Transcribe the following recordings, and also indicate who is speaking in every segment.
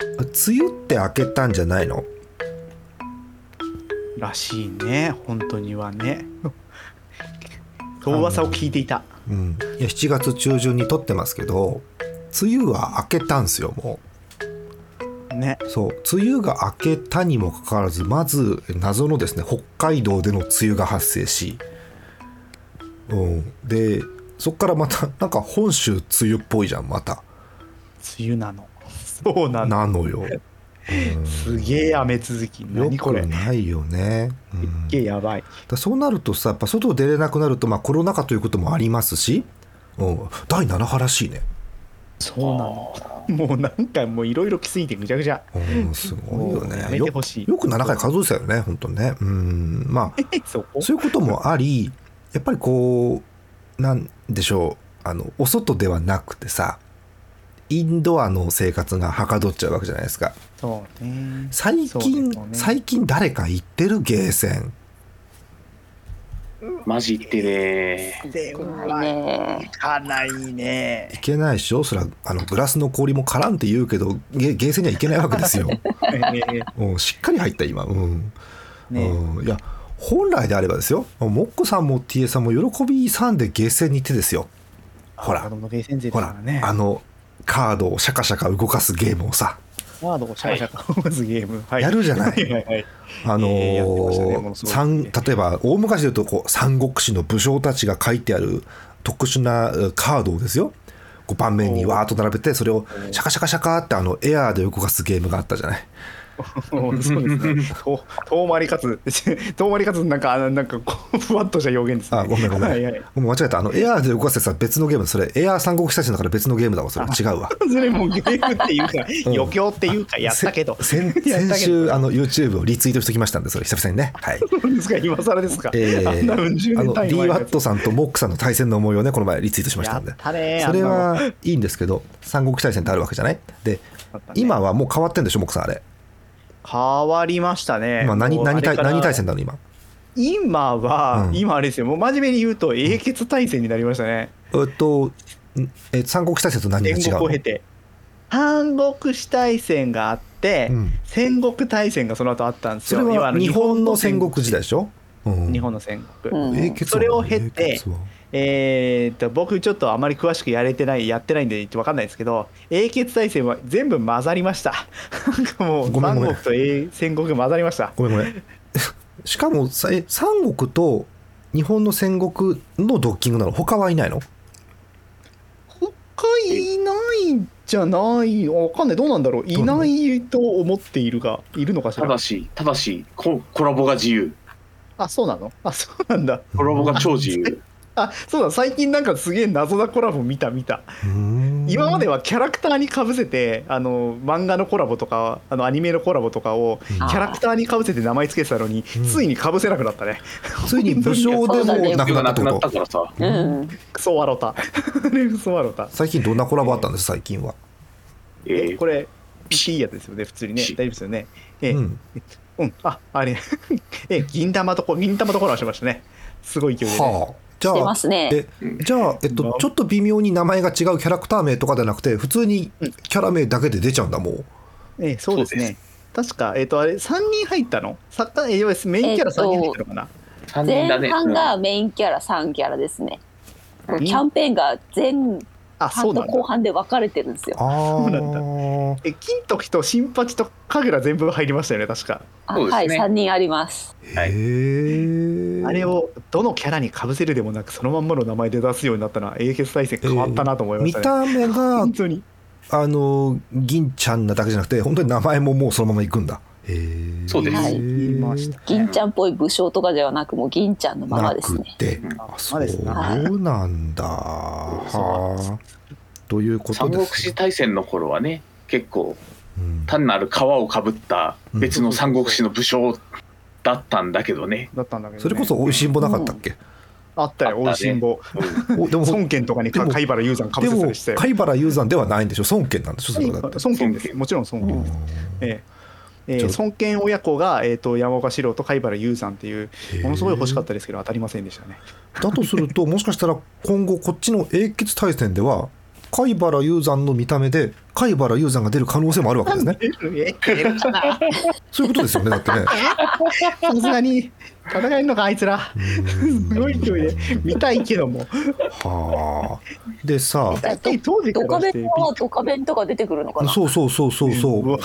Speaker 1: 梅雨って明けたんじゃないの
Speaker 2: らしいね本当にはねそう噂を聞いていた
Speaker 1: うんいや7月中旬に撮ってますけど梅雨は明けたんすよも
Speaker 2: ね
Speaker 1: うそう梅雨が明けたにもかかわらずまず謎のですね北海道での梅雨が発生し、うん、でそっからまた なんか本州梅雨っぽいじゃんまた
Speaker 2: 梅雨なのそうなの
Speaker 1: なのよ、
Speaker 2: すげえ雨続き
Speaker 1: うん、よ
Speaker 2: 何こ
Speaker 1: く
Speaker 2: れす
Speaker 1: ないよね、うん
Speaker 2: っげえやばい
Speaker 1: だそうなるとさやっぱ外出れなくなると、まあ、コロナ禍ということもありますし、うん、第7波らしいね、
Speaker 2: そうなのもうなんかもういろいろ来すぎてぐちゃぐちゃ
Speaker 1: うん、すごいよね
Speaker 2: やめてほしい
Speaker 1: よく7回数えてたよね本当にねうんまあ
Speaker 2: そこ
Speaker 1: そういうこともありやっぱりこうなんでしょうあのお外ではなくてさインドアの生活がはかどっちゃうわけじゃないですか
Speaker 2: そうね
Speaker 1: 最
Speaker 2: そうです
Speaker 1: 近、
Speaker 2: よね
Speaker 1: 最近誰か行ってるゲーセン
Speaker 3: マジ言ってね
Speaker 2: で
Speaker 4: ないね
Speaker 2: 行 かないね
Speaker 1: 行けないでしょそれはあのグラスの氷も絡んって言うけどゲゲーセンには行けないわけです よ
Speaker 2: ね
Speaker 1: うん、しっかり入った今、うん
Speaker 2: ね
Speaker 1: うん、いや本来であればですよもっこさんも TA さんも喜びさんでゲーセンに行ってですよほら
Speaker 2: 子供のゲーセン勢で
Speaker 1: ほ
Speaker 2: すかららね
Speaker 1: あのカードをシャカシャカ動かすゲームをさ
Speaker 2: ワードをシャカシャカ動かすゲーム、はい
Speaker 1: やるじゃない
Speaker 2: はいはいはい
Speaker 1: あのー
Speaker 2: えーやってましたねものすごい
Speaker 1: 三例えば大昔で言うとこう三国志の武将たちが書いてある特殊なうカードをですよこう盤面にわーっと並べてそれをシャカシャカシャカってあのエアーで動かすゲームがあったじゃない
Speaker 2: そうですね。 と遠回りかつ 遠回りかつなんかあのなんかこう ふわっとした表現ですね。
Speaker 1: あ、ごめんごめん。
Speaker 2: はいはい。
Speaker 1: ごめん間違えた。あの、エアーで動かせさ、別のゲーム、それ、エアー三国志たちだから別のゲームだわ、それ。違うわ。
Speaker 2: それもうゲームっていうか
Speaker 1: ん
Speaker 2: 余興っていうかやったけど。
Speaker 1: せ 先
Speaker 2: やった
Speaker 1: 先
Speaker 2: けど
Speaker 1: 週、あの、YouTube をリツイートしてきましたんで、それ、久々にね。はい。
Speaker 2: そうですか今更ですか。
Speaker 1: えー
Speaker 2: あんなうん十
Speaker 1: あ
Speaker 2: 年
Speaker 1: の、
Speaker 2: 単位
Speaker 1: DWAT さんとモックさんの対戦の思いをね、この前リツイートしまし
Speaker 2: や
Speaker 1: た
Speaker 2: っ
Speaker 1: んで。
Speaker 2: たね。
Speaker 1: それ
Speaker 2: あんな
Speaker 1: はいいんですけど、三国志大戦ってあるわけじゃないで、
Speaker 2: のあったね
Speaker 1: 今はもう変わってんでしょ、モックさん、あれ。
Speaker 2: 変わりましたね。
Speaker 1: 今何、
Speaker 2: もうあ
Speaker 1: 何
Speaker 2: れ
Speaker 1: 対、
Speaker 2: から
Speaker 1: 何対戦なの、今。
Speaker 2: 今は
Speaker 1: うん
Speaker 2: 今あれですよ。もう真面目に言うと英傑対戦になりましたね。
Speaker 1: えっと、んえ三国志大戦と何が違
Speaker 2: 戦
Speaker 1: う
Speaker 2: 国を
Speaker 1: の
Speaker 2: 経て三国志大戦があって
Speaker 1: うん
Speaker 2: 戦国大戦がその後あったんです
Speaker 1: そ
Speaker 2: よ。
Speaker 1: れ
Speaker 2: 要
Speaker 1: は
Speaker 2: あの
Speaker 1: 日本の戦国時代でしょうん
Speaker 2: 日本の戦国。
Speaker 4: うん
Speaker 1: 英傑は
Speaker 2: それを経て
Speaker 1: 英傑は
Speaker 2: えーっと僕ちょっとあまり詳しくやれてないやってないんで分かんないですけど英傑大戦は全部混ざりましたなんかもう
Speaker 1: ごめん
Speaker 2: 三
Speaker 1: ごめん
Speaker 2: 国と英戦国が混ざりました
Speaker 1: ごめんごめん。 しかもさ、え三国と日本の戦国のドッキングなの他はいないの
Speaker 2: 他いないんじゃない分かんないどうなんだろうい
Speaker 1: どうなの
Speaker 2: ないと思っているがいるのかしたら
Speaker 3: だしただしココラボが自由
Speaker 2: あそうなのあそうなんだ
Speaker 3: コラボが超自由
Speaker 2: あそうだ最近なんかすげえ謎なコラボ見た見た今まで
Speaker 1: は
Speaker 2: はキャラクターにかぶせてあの漫画のコラボとかあのアニメのコラボとかをキャラクターにかぶせて名前つけてたのに
Speaker 1: うん
Speaker 2: ついにかぶせなくなったね
Speaker 1: ついに武将でもなくなった
Speaker 3: な
Speaker 1: って
Speaker 3: くな
Speaker 1: こ
Speaker 3: った
Speaker 1: と
Speaker 3: からさ
Speaker 4: うん
Speaker 2: クソワロタ クソワロタ
Speaker 1: 最近どんなコラボあったんです最近は。
Speaker 3: えー
Speaker 2: これいいやつですよね普通にね
Speaker 3: ピシ
Speaker 2: 大丈夫ですよねええ
Speaker 1: う
Speaker 2: うん、
Speaker 1: ん
Speaker 2: ああれ ええ銀玉とこ銀玉とコラボしましたねすごい勢いで、ね
Speaker 1: はあ。じゃ
Speaker 4: して
Speaker 1: あ
Speaker 4: ま、すね
Speaker 1: えじゃあ、えっと、ちょっと微妙に名前が違うキャラクター名とかじゃなくて、普通にキャラ名だけで出ちゃうんだ、もう。
Speaker 2: ええそうですね確かえっ、とあれ3人入ったのサッカーえ要はメインキャラ3人入ったのかな、
Speaker 3: 3
Speaker 4: 前
Speaker 3: 人だね
Speaker 4: 半
Speaker 3: う
Speaker 4: が
Speaker 3: ん
Speaker 4: メインキャラ3キャラですねキ
Speaker 2: うん
Speaker 4: ャンペーンが前
Speaker 2: あそ
Speaker 4: 半
Speaker 2: うな
Speaker 4: と
Speaker 2: んだ
Speaker 4: 後半で分かれてるんですよ
Speaker 1: あ
Speaker 2: うなんだ
Speaker 1: あ。
Speaker 2: え金時と新八と神楽全部入りましたよね確か、
Speaker 4: あ
Speaker 3: そうです
Speaker 4: はい
Speaker 3: ね
Speaker 4: 3人あります
Speaker 3: はい
Speaker 1: へえ。
Speaker 2: あれをどのキャラにかぶせるでもなくそのまんまの名前で出すようになったのは英傑大戦変わったなと思いま
Speaker 1: 見
Speaker 2: したね、
Speaker 1: た目が
Speaker 2: 本当に
Speaker 1: あの銀ちゃんなだけじゃなくて本当に名前ももうそのままいくんだへえ
Speaker 3: そうです
Speaker 4: はい
Speaker 2: 言いました。
Speaker 4: 銀ちゃんっぽい武将とかではなくもう銀ちゃんのまま
Speaker 1: な
Speaker 4: です
Speaker 1: く
Speaker 4: ね
Speaker 1: て、
Speaker 3: うん
Speaker 1: あそ
Speaker 2: まあですね
Speaker 1: うなんだ、はあということ
Speaker 3: 三
Speaker 1: で
Speaker 3: 国
Speaker 1: す、
Speaker 3: 志大戦の頃はね結構
Speaker 1: うん
Speaker 3: 単なる皮をかぶった別の三国志の武将だったんだけどね、
Speaker 2: だったんだけど、ね。
Speaker 1: それこそ美味しんぼなかったっけ、
Speaker 2: あったよ、
Speaker 3: あった
Speaker 2: お
Speaker 3: ね
Speaker 2: いしんぼ。
Speaker 1: おでも
Speaker 2: 孫権とかに
Speaker 1: で
Speaker 2: か
Speaker 1: も
Speaker 2: 貝原雄山かぶ
Speaker 1: で
Speaker 2: せた
Speaker 1: も
Speaker 2: りして。
Speaker 1: 貝原雄山ではないんでしょ孫権なんでしょそれはだって
Speaker 2: 孫権です。もちろん孫権です。えええ
Speaker 1: ちょ
Speaker 2: ー、孫権親子が、えー、と山岡四郎と貝原雄山っていう
Speaker 1: へー
Speaker 2: ものすごい欲しかったですけど当たりませんでしたね。
Speaker 1: だとするともしかしたら今後こっちの英傑大戦では貝原雄山の見た目で貝原雄山が出る可能性もあるわけですね
Speaker 2: え出 るかな
Speaker 1: そういうことですよねだ ってね
Speaker 2: さすがに戦えるのかあいつらすごい勢いで見たいけども
Speaker 1: はあでさ
Speaker 4: だって
Speaker 2: やっぱり当時か
Speaker 4: ド
Speaker 2: ら
Speaker 4: カ
Speaker 2: し
Speaker 4: ベ
Speaker 2: て
Speaker 4: ンとかドカベンとか出てくるのかな
Speaker 1: そうそうそうそうそう
Speaker 2: うわ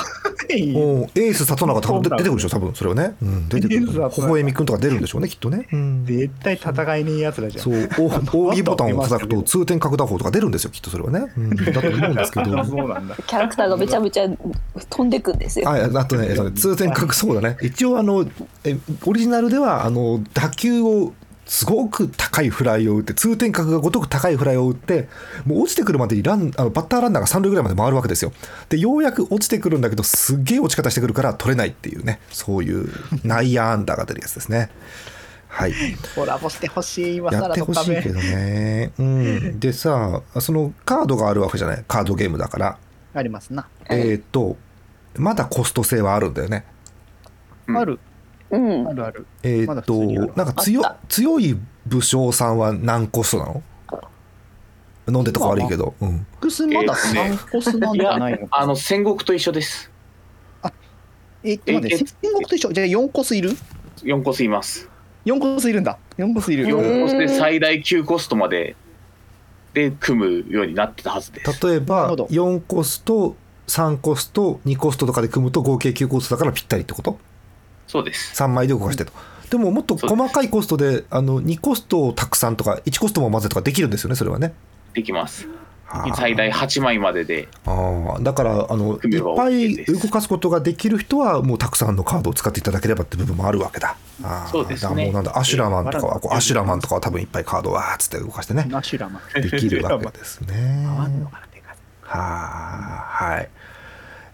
Speaker 2: いい
Speaker 1: うんエース里中とか多分出出てくるでしょ多分それはね、うん、出てく
Speaker 2: エ
Speaker 1: る
Speaker 2: ース里
Speaker 1: 微
Speaker 2: 中
Speaker 1: 笑みくんとか出るんでしょうねきっとね、うん
Speaker 2: 絶対戦えねえやつらじゃん。
Speaker 1: そうお扇ボタンを叩くと通天角打法とか出るんですよきっとそれはね、うん、だと思うんですけど
Speaker 2: あそうなんだ。
Speaker 4: キャラクターがめちゃめちゃ飛んでくんです よ
Speaker 1: ああとね、えっとね通天閣そうだね、一応あのえ、オリジナルではあの打球をすごく高いフライを打って、通天閣がごとく高いフライを打って、もう落ちてくるまでにランあのバッターランナーが三塁ぐらいまで回るわけですよ。で、ようやく落ちてくるんだけど、すっげえ落ち方してくるから取れないっていうね、そういう内野安打が出るやつですね。 はい、
Speaker 2: コラボしてほしい、今
Speaker 1: や
Speaker 2: 更
Speaker 1: って
Speaker 2: と
Speaker 1: ほ
Speaker 2: か
Speaker 1: しいけど
Speaker 2: ね。
Speaker 1: ね。 うん、でさ、そのカードがあるわけじゃない、カードゲームだから、
Speaker 2: ありますな。
Speaker 4: はい
Speaker 1: えっ、と、まだコスト性はあるんだよね。
Speaker 3: うん
Speaker 2: ある、
Speaker 4: うん
Speaker 2: あるある。
Speaker 1: えー
Speaker 2: まだ
Speaker 1: っ
Speaker 2: 普通にある
Speaker 1: と、なんか強
Speaker 4: あった
Speaker 1: 強い武将さんは何コストなの飲んでとか悪いけど、うん、
Speaker 2: 複数まだ三コスなんじゃないの
Speaker 3: あの戦国と一緒です
Speaker 2: え、待って、戦国と一緒。じゃあ4コスいる
Speaker 3: 4コスいます
Speaker 2: 4コスいるんだ。4コスいる。
Speaker 4: へー
Speaker 3: 4コスで最大9コストまでで組むようになってたはずです
Speaker 1: 例え
Speaker 2: なる
Speaker 1: ば
Speaker 2: ほど
Speaker 1: 4コスト3コスト2コストとかで組むと合計9コストだからぴったりってこと
Speaker 3: そうです
Speaker 1: 3枚で動かしてとでももっと細かいコストであの2コストをたくさんとか1コストも混ぜとかできるんですよねそれはね
Speaker 3: できます
Speaker 1: はあ
Speaker 3: 最大8枚までで
Speaker 1: ああだからあの
Speaker 3: 組
Speaker 1: い
Speaker 3: め
Speaker 1: っ
Speaker 3: ば
Speaker 1: ぱ
Speaker 3: OK
Speaker 1: い
Speaker 3: です
Speaker 1: 動かすことができる人はもうたくさんのカードを使っていただければって部分もあるわけだ。ああ
Speaker 3: そうで
Speaker 1: だか
Speaker 3: すね
Speaker 1: らもうなんだアシュラマンとかはこう
Speaker 2: え
Speaker 1: アシュラマンとかは多分いっぱいカードをわーっつって動かしてね
Speaker 2: ナシュラマン。
Speaker 1: できるわけです ね。
Speaker 2: 回んの
Speaker 1: は
Speaker 2: かな手数
Speaker 1: あはい。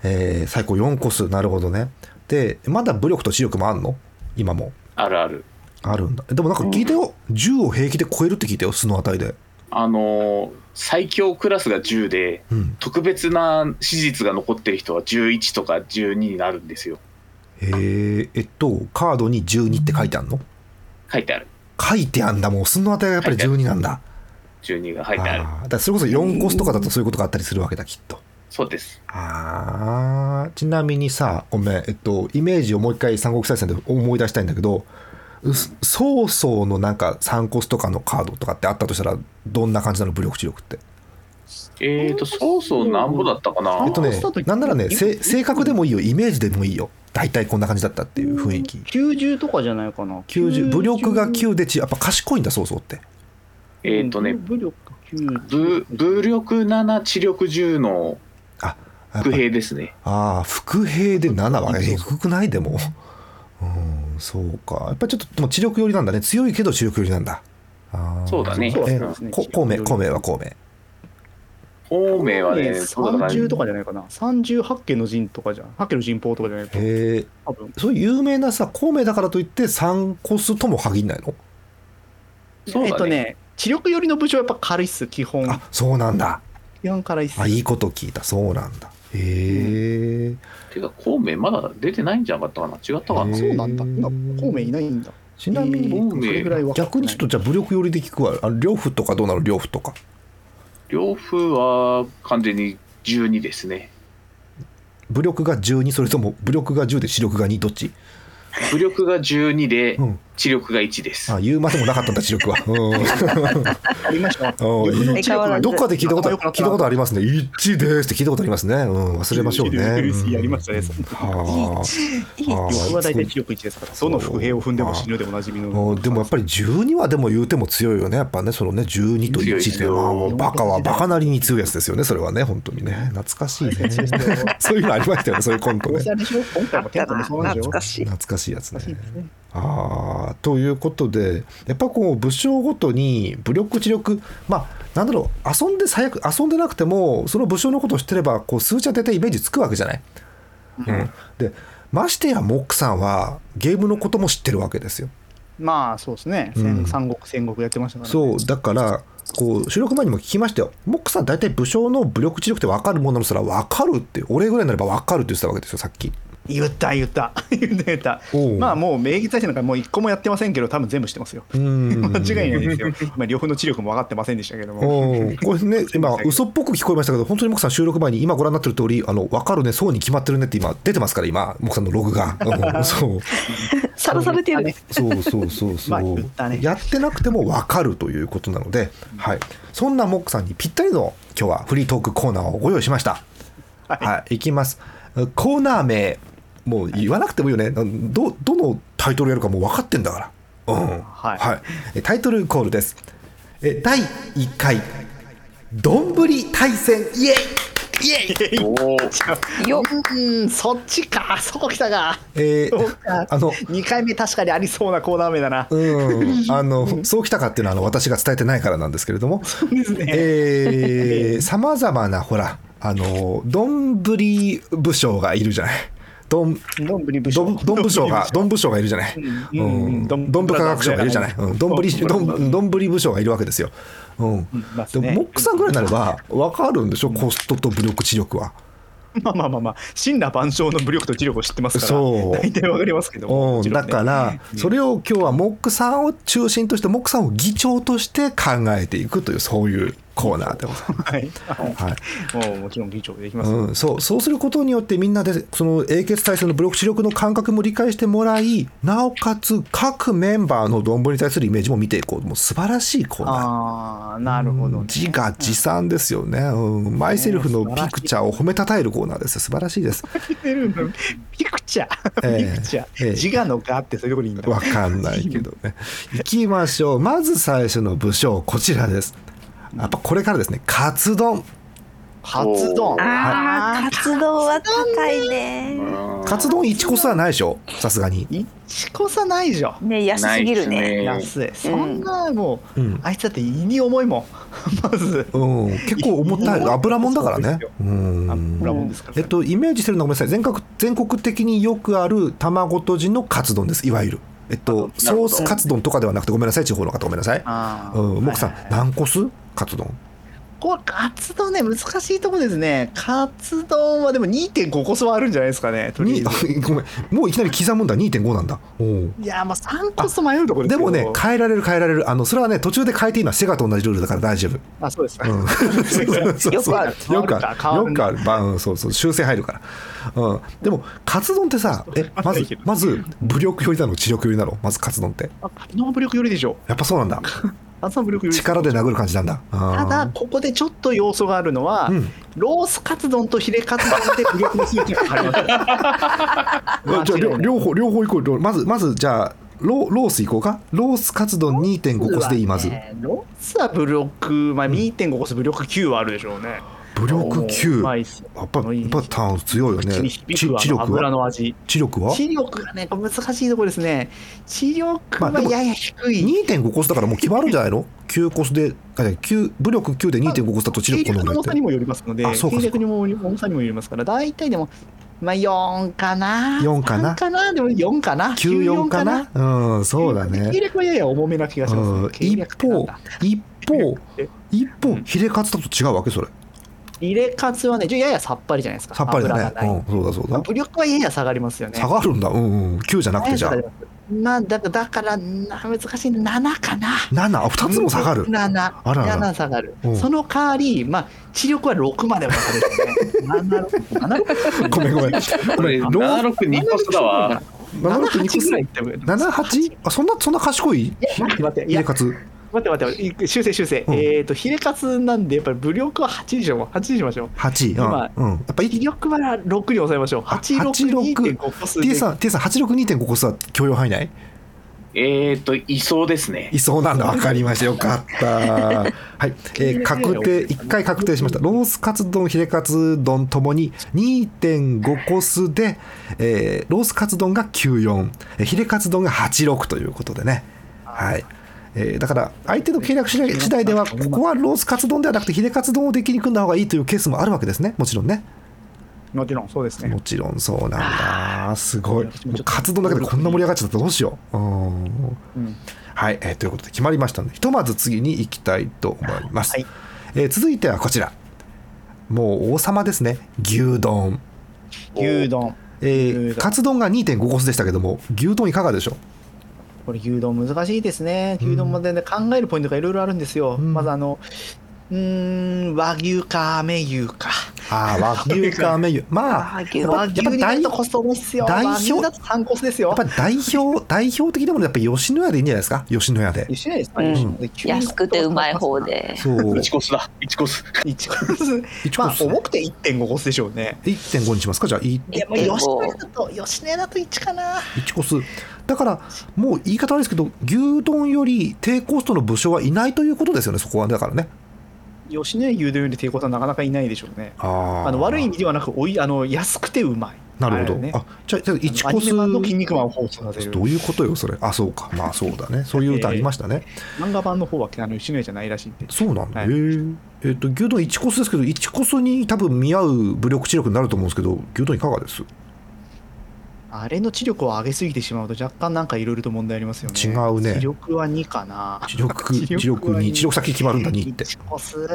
Speaker 1: えー、最高4コスなるほどね。でまだ武力と知力もあんの今も
Speaker 3: あるある
Speaker 1: あるんだ。でもなんか聞いたよ10を平気で超えるって聞いたよ素の値で。
Speaker 3: あのー最強クラスが10で
Speaker 1: うん。
Speaker 3: 特別な史実が残ってる人は11とか12になるんですよ
Speaker 1: えー、えっとカードに12って書いてあんの
Speaker 3: 書いてある
Speaker 1: 書いてあんだもう素の値がやっぱり12なんだ。
Speaker 3: 12が書いてある
Speaker 1: あーだからそれこそ4コスとかだとそういうことがあったりするわけだきっと。
Speaker 3: そうです
Speaker 1: あーちなみにさごめん、えっと、イメージをもう一回三国志大戦で思い出したいんだけどう曹操のなんか3コスとかのカードとかってあったとしたらどんな感じなの武力知力って。
Speaker 3: えーと曹操なんぼだったかな
Speaker 1: えっとね
Speaker 2: あーそうだ
Speaker 1: なんならね
Speaker 2: イメ
Speaker 1: せ正確でもいいよイメージでもいいよ大体こんな感じだったっていう雰囲気。
Speaker 2: 90とかじゃないかな。
Speaker 1: 90武力が9でちやっぱ賢いんだ曹操って。
Speaker 3: えーとね
Speaker 2: 武力
Speaker 3: 武
Speaker 2: 90。
Speaker 3: 武力7知力10の
Speaker 1: あやっぱ
Speaker 3: 副兵ですね
Speaker 1: ああ伏兵で7は
Speaker 2: そうそう
Speaker 1: え低くないでもうんそうかやっぱりちょっともう知力寄りなんだね強いけど知力寄りなんだあー
Speaker 3: そうだね
Speaker 1: え
Speaker 2: そうですね
Speaker 1: こ孔明孔明は孔明
Speaker 3: 孔明はねそうだ
Speaker 2: 30とかじゃないかな。38家の陣とかじゃん。8家の陣法とかじゃないかな。
Speaker 1: へえ
Speaker 2: 多分。
Speaker 1: そういう有名なさ孔明だからといって3コスとも限らないの
Speaker 3: そうだね
Speaker 2: えっとね、知力寄りの部署はやっぱ軽いっす、基本。
Speaker 1: あそうなんだ
Speaker 2: 基本軽いっす。
Speaker 1: あいいこと聞いたそうなんだへえ
Speaker 3: てか孔明まだ出てないんじゃなかったかな違ったか
Speaker 1: へ
Speaker 3: な
Speaker 1: ー
Speaker 2: そうなんだ。今、孔明いないんだ。
Speaker 1: ちなみ
Speaker 3: え
Speaker 1: に
Speaker 3: ー
Speaker 2: それぐらいは。
Speaker 1: 逆にちょっとじゃあ武力寄りで聞くわあ呂布とかどうなの呂布とか
Speaker 3: 両夫は完全に12ですね
Speaker 1: 武力が12それとも武力が10で視力が2どっち
Speaker 3: 武力が12で
Speaker 1: うん、
Speaker 3: 知力が1です。
Speaker 1: あ言うまでもなかったんだ知力は、
Speaker 2: ありました。
Speaker 1: うんうん
Speaker 4: 相変わらず
Speaker 1: どっかで聞いたこと
Speaker 2: 仲良くなった
Speaker 1: 聞いたことありますね1ですって聞いたことありますね、うん、忘れましょうね
Speaker 2: やりましたね。
Speaker 1: はあはあ
Speaker 2: 僕は大体知力1ですから、どの伏兵を踏んでも死ぬでおなじみの。
Speaker 1: うんでもやっぱり12はでも言うても強いよねやっぱねそのね12と1っていうのはもうバカはバカなりに強いやつですよねそれはね本当にね懐かしいね そういうのありましたよねそういうコントね
Speaker 2: 大沢でしょ今回もテントもそうなんでし
Speaker 4: 懐
Speaker 2: ょ
Speaker 4: かしい。
Speaker 1: 懐かしいやつね
Speaker 2: 懐かしいですね
Speaker 1: ああということでやっぱこう武将ごとに武力知力まあなんだろう遊んで最悪遊んでなくてもその武将のことを知ってればこう数値は大体イメージつくわけじゃない。うん、でましてやモックさんはゲームのことも知ってるわけですよ。
Speaker 2: まあそうですね、
Speaker 1: うん
Speaker 2: 三国戦国やってましたから、ね、
Speaker 1: そうだからこう収録前にも聞きましたよモックさん大体武将の武力知力って分かるもんなのすら分かるって俺ぐらいになれば分かるって言ってたわけですよさっき。
Speaker 2: 言った言った 言った言った
Speaker 1: おう
Speaker 2: まあもう名義大戦なんかもう一個もやってませんけど多分全部してますよ
Speaker 1: うん
Speaker 2: 間違いないですよまあ両方の知力も分かってませんでしたけども
Speaker 1: うんこれね、今、嘘っぽく聞こえましたけど、本当にモクさん、収録前に今ご覧になってる通り、あの分かるね、そうに決まってるねって今、出てますから、今、モクさんのログが。 うんそう
Speaker 4: さらされてるね。
Speaker 1: そうそうそうそ
Speaker 2: まあ
Speaker 1: う、
Speaker 2: 言ったね
Speaker 1: やってなくても分かるということなので、はい、そんなモックさんにぴったりの今日はフリートークコーナーをご用意しました。はい、い、きます。コーナー名、もう言わなくてもいいよね、どどのタイトルやるかもう分かってんだから。うん
Speaker 2: はい
Speaker 1: えタイトルコールです。え第1回、どんぶり対戦、イエイ
Speaker 3: おー
Speaker 4: よ
Speaker 2: うんそっちかそうきたか
Speaker 1: えー
Speaker 2: そうか
Speaker 1: あの
Speaker 2: 2回目確かにありそうなコーナー名だな
Speaker 1: うん、あ のそうきたかっていうのはあの私が伝えてないからなんですけれども、
Speaker 2: ですね
Speaker 1: えー、さまざまなほらあのどんぶり武将がいるじゃない。どん
Speaker 2: どんぶり
Speaker 1: ど
Speaker 2: 武将
Speaker 1: んどん武将がどん武将がいるじゃない。
Speaker 2: うんうん
Speaker 1: うん
Speaker 2: ど
Speaker 1: ど
Speaker 2: ん
Speaker 1: んぶ科学省がいるじゃない。うんどんぶり
Speaker 2: どん
Speaker 1: どんどんぶり武将がいるわけですよ。うん。
Speaker 2: まあね
Speaker 1: でもモックさんぐらいになればわかるんでしょ。コストと武力知力は。
Speaker 2: まあまあまあまあ真羅万象の武力と知力を知ってますから
Speaker 1: そう
Speaker 2: 大体分かりますけどもも
Speaker 1: う
Speaker 2: ち
Speaker 1: ん、
Speaker 2: ろ
Speaker 1: だ
Speaker 2: んね
Speaker 1: から、それを今日はモックさんを中心として、モックさんを議長として考えていくという、そういうコーナーでございま
Speaker 2: はい
Speaker 1: す。はい
Speaker 2: もうもちろん議長できますよ
Speaker 1: うん、そうそうすることによってみんなでその英傑体制の武力主力の感覚も理解してもらいなおかつ各メンバーのどんぶりに対するイメージも見ていこうもう素晴らしいコーナー
Speaker 2: ああなるほどね
Speaker 1: 自画自賛ですよね、うん、マイセルフのピクチャーを褒めたたえるコーナーですよ素晴らしいです
Speaker 2: てるのピクチャー、
Speaker 1: ええ
Speaker 2: ピクチャー、
Speaker 1: ええ
Speaker 2: 自我の我ってそういうところにいいんだ
Speaker 1: わかんないけどねいきましょうまず最初の武将こちらですやっぱこれからですねカツ丼
Speaker 2: カツ丼
Speaker 5: ああ、活動は高いね。
Speaker 3: うん
Speaker 1: カツ丼1個すらないでしょさすがに
Speaker 2: いちこさないじゃん
Speaker 5: ね、安すぎるね。
Speaker 3: ないっす
Speaker 2: 安いそんなもう、
Speaker 1: うん
Speaker 2: あいつだって胃に重いもん まず
Speaker 1: うん、結構重たい油もんだからね
Speaker 2: そうですよ
Speaker 1: うん
Speaker 2: 油もんですから、
Speaker 1: えっと、イメージしてるのはごめんなさい全国全国的によくある卵とじのカツ丼ですいわゆる、えっと、
Speaker 3: なる
Speaker 1: ソ
Speaker 3: ほ
Speaker 1: ー
Speaker 3: ど
Speaker 1: スカツ丼とかではなくてごめんなさい地方の方ごめんなさい、
Speaker 2: あ
Speaker 1: う
Speaker 2: ー
Speaker 1: ん、モクさん、
Speaker 2: はいはいはい
Speaker 1: 何個すカツ丼
Speaker 2: ここはカツ丼ね難しいとこですねカツ丼はでも2.5こそはあるんじゃないですかねとり
Speaker 1: に
Speaker 2: あえず
Speaker 1: ごめんもういきなり刻むんだ2.5なんだおう
Speaker 2: いやまあ3こそ迷うところ
Speaker 1: で
Speaker 2: で
Speaker 1: す
Speaker 2: け
Speaker 1: も
Speaker 2: ど
Speaker 1: ね変えられる変えられるあのそれはね途中で変えていいのはセガと同じルールだから大丈夫
Speaker 2: あそうですか、
Speaker 1: うん
Speaker 4: よくある
Speaker 1: よくあ
Speaker 2: 変
Speaker 1: る
Speaker 2: わ
Speaker 1: よ
Speaker 2: るん
Speaker 1: く
Speaker 2: だ
Speaker 1: あるばうんそうそう修正入るから、うん、でもカツ丼ってさえ まずまず武力寄りなの知力寄りなのまずカツ丼って
Speaker 2: あカツ丼は武力よりでしょ
Speaker 1: やっぱそうなんだ
Speaker 2: カツ丼は武力よりです
Speaker 1: 力で殴る感じなんだ
Speaker 2: た
Speaker 1: た
Speaker 2: だここでちょっと要素があるのは、
Speaker 1: うん
Speaker 2: ロースカツ丼とヒレカツ丼で武力の数値が変わります
Speaker 1: じゃあ
Speaker 2: 間違い
Speaker 1: 両
Speaker 2: ない
Speaker 1: 両方両方行こう両まずまずじゃあロロース行こうかロースカツ丼2.5個スでいいまず
Speaker 2: ねロースは武力、まあ、2.5こそ武力9はあるでしょうね。
Speaker 1: 武力
Speaker 2: う
Speaker 1: 9
Speaker 2: ま
Speaker 1: や
Speaker 2: いっす
Speaker 1: っぱやっぱターン強いよ
Speaker 2: 口に
Speaker 1: ね
Speaker 2: 響く
Speaker 1: ち
Speaker 2: わ
Speaker 1: 知力
Speaker 2: 油
Speaker 1: は
Speaker 2: の味。
Speaker 1: 知力は
Speaker 2: 知力がね、これ難しいところですね。知力
Speaker 1: まあ
Speaker 2: は
Speaker 1: でも
Speaker 2: やや低い。
Speaker 1: 2.5コスだからもう決まるんじゃない の9コスであ9武力9で2.5コスだと知
Speaker 2: 計
Speaker 1: 力このぐらい
Speaker 2: 略の重
Speaker 1: って
Speaker 2: さにもよりますので、
Speaker 1: あそうか
Speaker 2: 計略にも重さにもよりますから、大体でも、まあ4かな。
Speaker 1: 4かな
Speaker 2: 3かな。でも4かな。
Speaker 1: 94かなうんそうだね
Speaker 2: 計略はやや重めな気がしますね、
Speaker 1: うん
Speaker 2: 計
Speaker 1: 一
Speaker 2: 略ってなん
Speaker 1: 方
Speaker 2: だ
Speaker 1: 一方
Speaker 2: え
Speaker 1: 一
Speaker 2: う
Speaker 1: 方
Speaker 2: ん
Speaker 1: ヒレカツだと違うわけそれ
Speaker 2: 入れカツはね、ちょややさっぱりじゃないですか。
Speaker 1: さっぱりだ
Speaker 2: 油
Speaker 1: ね
Speaker 2: がない
Speaker 1: うんそうだそう
Speaker 2: まあ
Speaker 1: だ
Speaker 2: 武力はやや下がりますよね。
Speaker 1: 下がるんだうんうん9じゃなくてじゃあ
Speaker 2: やや下がりますまあ、だだからな難しいな7かな。
Speaker 1: 7あ2つも下がる
Speaker 2: 7。
Speaker 1: あらら
Speaker 2: 7下がる
Speaker 1: うん。
Speaker 2: その代わり、まあ、知力は6までは下がるよね。7、6、7、
Speaker 1: ごめんごめん。
Speaker 3: これ
Speaker 1: ロー
Speaker 3: 76二個スだわ
Speaker 1: 7六
Speaker 2: 78ぐら
Speaker 1: 2
Speaker 2: いいった分
Speaker 1: 7 8あそんなそんな賢い
Speaker 2: 待って待ってい
Speaker 1: 入
Speaker 2: や
Speaker 1: れ勝つ
Speaker 2: 待って待って待って修正修正、
Speaker 1: うん
Speaker 2: えっ、とヒレカツなんでやっぱり武力は8にしよう8にしましょう
Speaker 1: 8
Speaker 2: 今
Speaker 1: うん、うん、やっぱ
Speaker 2: 威
Speaker 1: い
Speaker 2: 力は6に抑えましょう862.5個数
Speaker 1: T
Speaker 2: で
Speaker 1: さん T さん862.5個さ許容範囲内
Speaker 3: えーと、いそうですね。
Speaker 1: いそうなんだ分かりましたよかったはい、えー確定1回確定しましたロースカツ丼ヒレカツ丼ともに2.5個数で、えーロースカツ丼が94えーヒレカツ丼が86ということでねはいえーだから相手の計略次第次第ではここはロースカツ丼ではなくてヒレカツ丼をできに組んだ方がいいというケースもあるわけですねもちろんね
Speaker 2: もちろんそうですね
Speaker 1: もちろんそうなんだ。すごい。もうカツ丼だけでこんな盛り上がっちゃったらどうしよう。うん
Speaker 2: ん
Speaker 1: はい、えーということで決まりましたので、ひとまず次に行きたいと思います。
Speaker 2: はい
Speaker 1: えー続いてはこちら。もう王様ですね。牛丼。
Speaker 2: 牛丼
Speaker 1: えー
Speaker 2: 牛丼
Speaker 1: カツ丼が2.5コスでしたけども、牛丼いかがでしょ
Speaker 2: これ牛丼難しいですね牛丼も全然考えるポイントがいろいろあるんですよ、
Speaker 1: うん
Speaker 2: まずあのうーん和牛かメ牛か
Speaker 1: うああ、和牛かメニュー。まあ、
Speaker 4: あ牛
Speaker 2: 和
Speaker 4: 丼
Speaker 2: 牛になるとコスト多いっすよ
Speaker 1: 代
Speaker 2: 和
Speaker 1: 表
Speaker 2: 牛だと3コスです
Speaker 1: や
Speaker 2: よ
Speaker 1: っぱり代表、代表的なものはやっぱり吉野家でいいんじゃないですか。吉野家で。
Speaker 2: 一緒じゃないですか、
Speaker 4: うん
Speaker 2: 一緒で急に
Speaker 4: 安くてうまい方で
Speaker 1: そう。
Speaker 3: 1コスだ、1コス。
Speaker 2: 一コ ス
Speaker 1: 一コ
Speaker 2: まあ
Speaker 1: ス
Speaker 2: 重くて1.5コスでしょうね
Speaker 1: 1.5にしますかじゃあ、い
Speaker 2: いやもう
Speaker 4: 1.5
Speaker 2: 吉野家だと吉野家だと1かな
Speaker 1: 1コスだからもう言い方悪いですけど牛丼より低コストの武将はいないということですよねそこはだからね
Speaker 2: 吉野家牛丼より抵抗さんなかなかいないでしょうね
Speaker 1: あ
Speaker 2: あの悪い意味ではなくおいあの安くてうまい
Speaker 1: なるほどあ,、
Speaker 2: あれね
Speaker 1: じゃあじゃあ1コ
Speaker 2: アニメ版の
Speaker 1: ス
Speaker 2: 筋肉マンを放送させる
Speaker 1: どういうことよそれあそうかまあそうだねそういう歌ありましたね、
Speaker 2: 漫画版の方はあの吉野家じゃないらしいんで
Speaker 1: そうなんだ、
Speaker 2: は
Speaker 1: へ
Speaker 2: い
Speaker 1: ーえっと牛丼1コスですけど1コスに多分見合う武力知力になると思うんですけど牛丼いかがです
Speaker 2: あれの知力を上げすぎてしまうと若干なんかいろいろと問題ありますよね。
Speaker 1: 違うね
Speaker 2: 知力は2かな。
Speaker 1: 知力知力
Speaker 2: は
Speaker 1: に知力先決まるんだ2って
Speaker 2: チコス、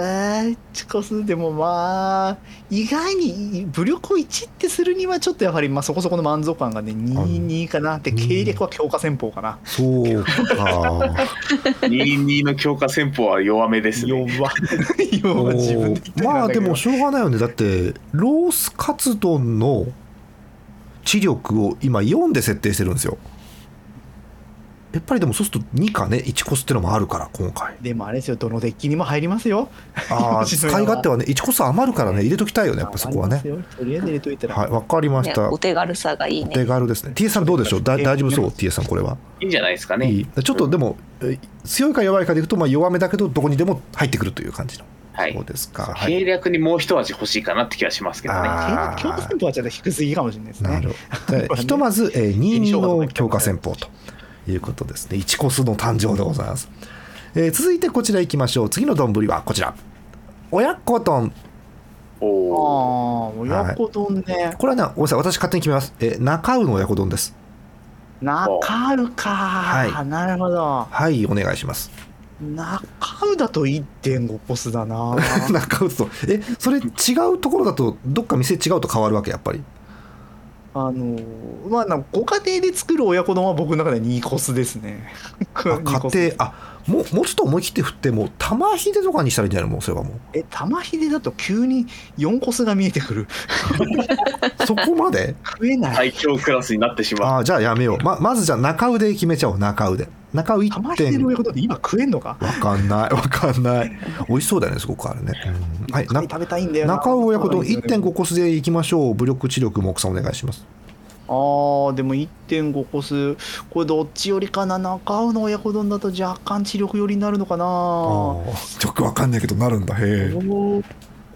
Speaker 2: チコスでもまあ、意外に武力を1ってするにはちょっとやはりまあそこそこの満足感がね、2、2かなって、
Speaker 1: うん
Speaker 2: 計略は強化戦法かな。
Speaker 1: そうか
Speaker 3: 22の強化戦法は弱めです
Speaker 2: 弱
Speaker 3: ね。
Speaker 2: 弱自分で言ってるんだけど
Speaker 1: まあでもしょうがないよねだってロースカツ丼の知力を今4で設定してるんですよやっぱりでもそうすると2かね1コスってのもあるから今 回
Speaker 2: でもあれですよ、どのデッキにも入りますよ。
Speaker 1: ああ
Speaker 2: 吉
Speaker 1: 使
Speaker 2: 野
Speaker 1: い
Speaker 2: 家は
Speaker 1: 勝手はね1コス余るからね入れときたいよねやっぱそこはね
Speaker 2: 入りますよとりあえず入れといたら。
Speaker 1: はいわかりまし
Speaker 4: ね
Speaker 1: た
Speaker 4: お
Speaker 1: お
Speaker 4: 手軽さがいいね
Speaker 1: 手軽ですね T さんどうでしょうだ大丈夫そう T さんこれはい
Speaker 3: いんじゃないですかね。
Speaker 1: いいちょっとでもえ強いか弱いかでいくとまあ弱めだけどどこにでも入ってくるという感じの
Speaker 3: はい
Speaker 1: そうですかはい
Speaker 3: 計略にもう一味欲しいかなって気がしますけどね。
Speaker 1: あー
Speaker 2: 強化戦法はちょっと低すぎかもしれないですね。
Speaker 1: なるほど。
Speaker 2: これ ね
Speaker 1: ひとまず、えー、
Speaker 2: 紅
Speaker 1: 22
Speaker 2: 生姜とか
Speaker 1: の強化戦法ということですね。1コスの誕生でございます。えー続いてこちら行きましょう。次の丼はこちら。親子丼。
Speaker 3: おお。
Speaker 2: ああ、親子丼ね。
Speaker 1: これはね、ごめんなさい。私勝手に決めます。えー中尾の親子丼です。
Speaker 2: 中るか、
Speaker 1: い
Speaker 2: なるほど。
Speaker 1: はい、お願いします。
Speaker 2: 中うだと1.5ポスだ な。
Speaker 1: 中尾と。え、それ違うところだと、どっか店違うと変わるわけ、やっぱり。
Speaker 2: あのー、まあなんかご家庭で作る親子丼は僕の中で2コスですね。
Speaker 1: あ家
Speaker 2: 二コス
Speaker 1: 庭、あもう、もうちょっと思い切って振って、もう、玉ひでとかにしたらいいんじゃないのもう、それはも
Speaker 2: え、玉ひでだと急に4コスが見えてくる。
Speaker 1: う。そこまで
Speaker 2: 食えない。
Speaker 3: 最強クラスになってしまう。
Speaker 1: ああ、じゃあやめよう。ま、まずじゃあ中腕決めちゃおう、中腕。中腕
Speaker 2: 玉ひでの親子丼って今食えんのか
Speaker 1: わかんない、わかんない。美味しそうだよね、すごくあれね。うんはい、な
Speaker 2: カニ食べたいんだよな。
Speaker 1: 中尾親子丼1.5
Speaker 2: コ
Speaker 1: コスでいきましょう。武力、知力、目さんお願いします。
Speaker 2: ああ、でも1.5コス。これどっちよりかな。中尾の親子丼だと若干知力寄りになるのかな。
Speaker 1: ちょっとわかんないけど、なるんだ。へ え。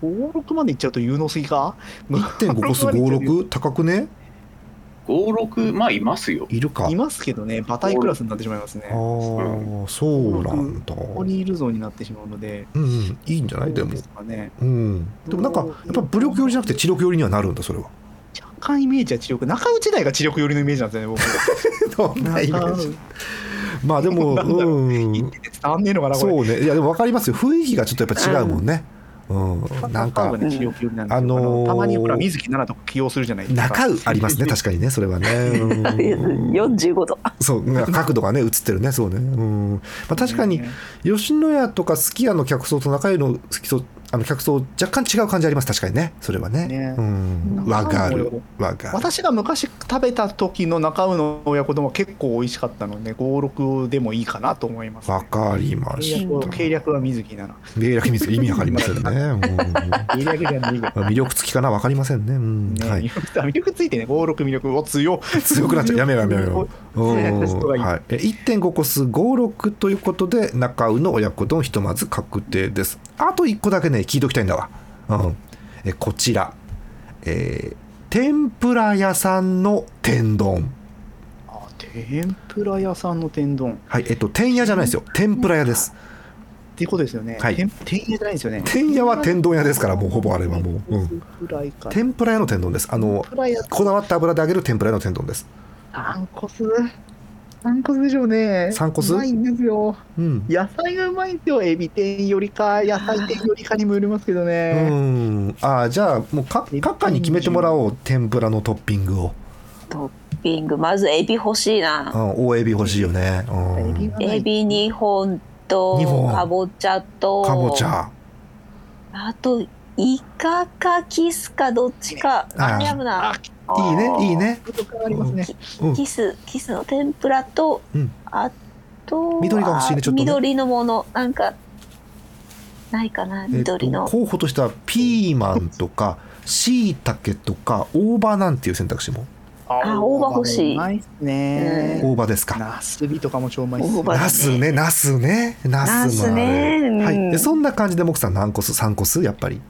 Speaker 2: 56までいっちゃうと有能すぎか
Speaker 1: 1.5コス56、高 くね
Speaker 3: 56、まあいますよ。
Speaker 1: いるか。
Speaker 2: いますけどね馬体クラスになってしまいますね
Speaker 1: ああ、そうなんだ。
Speaker 2: ここ
Speaker 1: う
Speaker 2: にいる像になってしまうので
Speaker 1: んうん、いいんじゃないで
Speaker 2: どう
Speaker 1: も
Speaker 2: で。すかね
Speaker 1: うん。でもなんか、やっぱ武力寄りじゃなくて知力寄りにはなるんだ、それは。
Speaker 2: 若干イメージは知力中内大が知力寄りのイメージなんですよね
Speaker 1: どん
Speaker 2: 僕
Speaker 1: なイメージまあでも、
Speaker 2: なんだろう
Speaker 1: うん
Speaker 2: 言っ。てて伝わんねえのかなこれ
Speaker 1: そうね、いやでも分かりますよ、雰囲気がちょっとやっぱ違うもんね。うん、なん
Speaker 2: 中
Speaker 1: か
Speaker 2: 尾、がね知力寄りなんですよ
Speaker 1: あのー
Speaker 2: たまにほら水木奈々とか起用するじゃないですか
Speaker 1: 中うありますね、確かにね、それはね。 うん
Speaker 4: 45度
Speaker 1: そう、角度がね、映ってるね、そうね。うんまあ、確かに、
Speaker 2: ね
Speaker 1: 吉野家とかすき家の客層と中湯の客層あの客層若干違う感じあります確かにねそれはね
Speaker 2: ね
Speaker 1: うんわかるわかる
Speaker 2: 私が昔食べた時の中尾の親子丼は結構美味しかったので56でもいいかなと思います、
Speaker 1: わかりまし
Speaker 2: 計
Speaker 1: た
Speaker 2: 略計略は水木だな
Speaker 1: 明略水意味わかりませんね、うん
Speaker 2: 計略じゃないよ
Speaker 1: 魅力付きかなわかりませんね、うん
Speaker 2: ね、
Speaker 1: はい
Speaker 2: 魅力魅力ついてね56魅力を強
Speaker 1: 強くなっちゃうやめようやめよう やめよううん
Speaker 2: ね人がいい
Speaker 1: はい、え1.5個数56ということで中尾の親子丼ひとまず確定ですあと1個だけね聞いておきたいんだわ、うん、えこちら、えー天ぷら屋さんの天丼
Speaker 2: あ天ぷら屋さんの天丼っ
Speaker 1: はいえっと天屋じゃないですよ天ぷら屋です
Speaker 2: ていうことですよね、
Speaker 1: はい
Speaker 2: 天天屋じゃないんですよね
Speaker 1: 天屋は天丼屋ですからもうほぼあれはもう、うん、
Speaker 2: ぐらいか天
Speaker 1: 天ぷら屋の天丼ですあの
Speaker 2: ぷら屋
Speaker 1: こだわった油で揚げる天ぷら屋の天丼です
Speaker 2: あんこすあんこすでしょうね
Speaker 1: あんこす
Speaker 2: うまいんですよ
Speaker 1: うん
Speaker 2: 野菜がうまいんですよエビ天よりか野菜天よりかにもよりますけど
Speaker 1: う
Speaker 2: ね、
Speaker 1: んあーじゃあもうかカカに決めてもらおう天ぷらのトッピングを、
Speaker 4: トッピングまずエビ欲しいな
Speaker 1: うん、大エビ欲しいよね、うん、
Speaker 2: エビがない
Speaker 4: エビ2本と
Speaker 1: 二本
Speaker 4: かぼちゃと
Speaker 1: かぼちゃ
Speaker 4: あとイカかキスかどっちか
Speaker 1: あ
Speaker 4: 悩む
Speaker 2: あ
Speaker 4: ない
Speaker 1: いねいい
Speaker 4: ね
Speaker 1: ね
Speaker 2: ちょっと変わりますね
Speaker 1: うん
Speaker 4: キスキスの天ぷらと、
Speaker 1: うん
Speaker 4: あと
Speaker 1: 緑が欲しいね
Speaker 4: あ
Speaker 1: ちょっとね
Speaker 4: 緑のものなんかないかな
Speaker 1: えっと
Speaker 4: 緑の、
Speaker 1: 候補としてはピーマンとかしいたけとか大葉なんていう選択肢も
Speaker 4: あ大葉欲しいう
Speaker 2: まいっすね。
Speaker 1: 大葉ですか
Speaker 2: ナスビとかも超うまいっす
Speaker 4: 大
Speaker 2: ね。
Speaker 4: 葉
Speaker 1: ナスねナスねナスもあ
Speaker 5: ナス
Speaker 1: る
Speaker 5: ね
Speaker 1: は
Speaker 5: うん
Speaker 1: いでそんな感じでモクさん何個数3個数やっぱり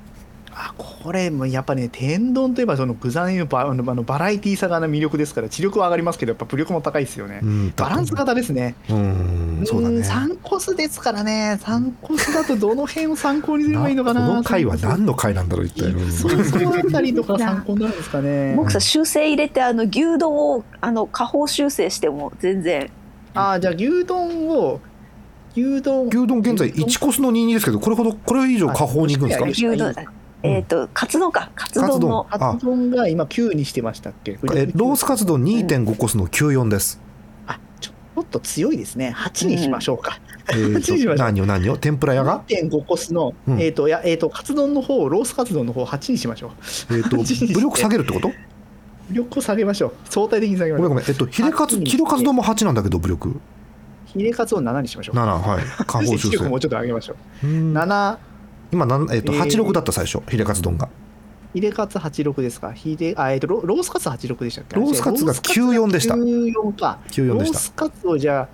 Speaker 2: あこれもやっぱね天丼といえばその具材のバあのあのバラエティーさが魅力ですから知力は上がりますけどやっぱ武力も高いですよね
Speaker 1: う。ん
Speaker 2: バランス型ですね。
Speaker 1: うんそうだね
Speaker 2: 3コスですからね。3コスだとどの辺を参考にすればいいのかな。
Speaker 1: この回は何の回なんだろう一体うん
Speaker 2: そうそうだったりとか参考になるんですかね。
Speaker 4: 僕さ修正入れてあの牛丼をあの下方修正しても全然
Speaker 2: あーじゃあ牛丼を牛丼
Speaker 1: 牛丼現在1コスの22ですけどこれほどこれ以上下方に行くんですか
Speaker 2: あ
Speaker 4: 牛丼だえっ、とカツ丼かカツ丼の
Speaker 1: あ
Speaker 2: カツ丼が今9にしてましたっけ
Speaker 1: えロースカツ丼2.5コスの94です。
Speaker 2: あちょっと強いですね。8にしましょうか。
Speaker 1: え ー
Speaker 2: 失礼し
Speaker 1: と
Speaker 2: ました
Speaker 1: 何を何を天ぷら屋 が、
Speaker 2: 1.5コスの、
Speaker 1: うん
Speaker 2: えっ、と、いや、えっ、と、カツ丼の方を、ロースカツ丼の方を8にしましょう。
Speaker 1: えー、と武力下げるってこと
Speaker 2: 武力を下げましょう。相対的に下げま
Speaker 1: ごめ
Speaker 2: し
Speaker 1: ん
Speaker 2: ょ
Speaker 1: ごめ
Speaker 2: う。
Speaker 1: ん。えっと、ヒレカツ、
Speaker 2: 8に
Speaker 1: ヒレカツ丼も8なんだけど、武力。
Speaker 2: ヒレカツを7にしましょう。
Speaker 1: 7、はい。下方
Speaker 2: そ
Speaker 1: 修
Speaker 2: して視力
Speaker 1: 正
Speaker 2: も。ちょっと上げましょ
Speaker 1: う
Speaker 2: う。
Speaker 1: ん
Speaker 2: 7、
Speaker 1: 今、なんえっと、
Speaker 2: えー
Speaker 1: 86だった最初、ヒレカツ丼が。
Speaker 2: ヒレカツ86ですか。ヒレ、あ、えっ、とロ、ロースカツ86でしたっけ
Speaker 1: ロースカツが94でした
Speaker 2: ロースカツが94か。ロ
Speaker 1: 94でし
Speaker 2: ー
Speaker 1: た。
Speaker 2: スカツをじゃ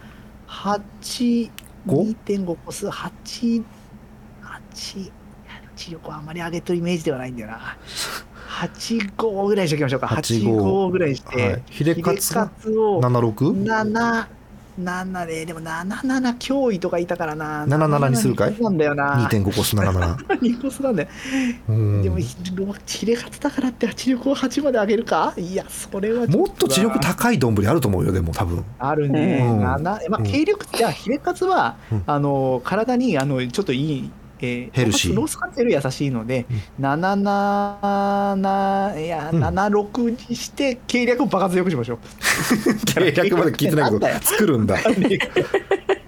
Speaker 2: あ、8、
Speaker 1: 五
Speaker 2: 2.5コス、8、8、8力はあんまり上げとるイメージではないんだよな。8、5ぐらいにしときましょうか。
Speaker 1: 8
Speaker 2: 8、5ぐらいにし
Speaker 1: は
Speaker 2: て
Speaker 1: い。、ヒレ
Speaker 2: ヒ
Speaker 1: カ
Speaker 2: レ
Speaker 1: ツ
Speaker 2: カ
Speaker 1: が
Speaker 2: ツを
Speaker 1: 76?
Speaker 2: 7、7で、でも7、7脅威とかいたからな。
Speaker 1: 77にするかい
Speaker 2: 77なんだよな。
Speaker 1: 2.5コス77。
Speaker 2: 2コスなんだよ。
Speaker 1: うん
Speaker 2: でも、ひヒレカツだからって知力を8まで上げるかいや、それはちょ
Speaker 1: もっと知力高い丼あると思うよ、でも多分。
Speaker 2: あるね、
Speaker 1: うん
Speaker 2: 七まあ、
Speaker 1: うん
Speaker 2: 軽力じゃあヒレカツは、
Speaker 1: うん
Speaker 2: あの体にあのちょっといい、えー
Speaker 1: ヘルシー
Speaker 2: ロースカツより優しいので、七七いや、
Speaker 1: うん
Speaker 2: 七六にして計略を爆発よくしま しょう。
Speaker 1: 計略まで聞いて ないけど、作るんだ。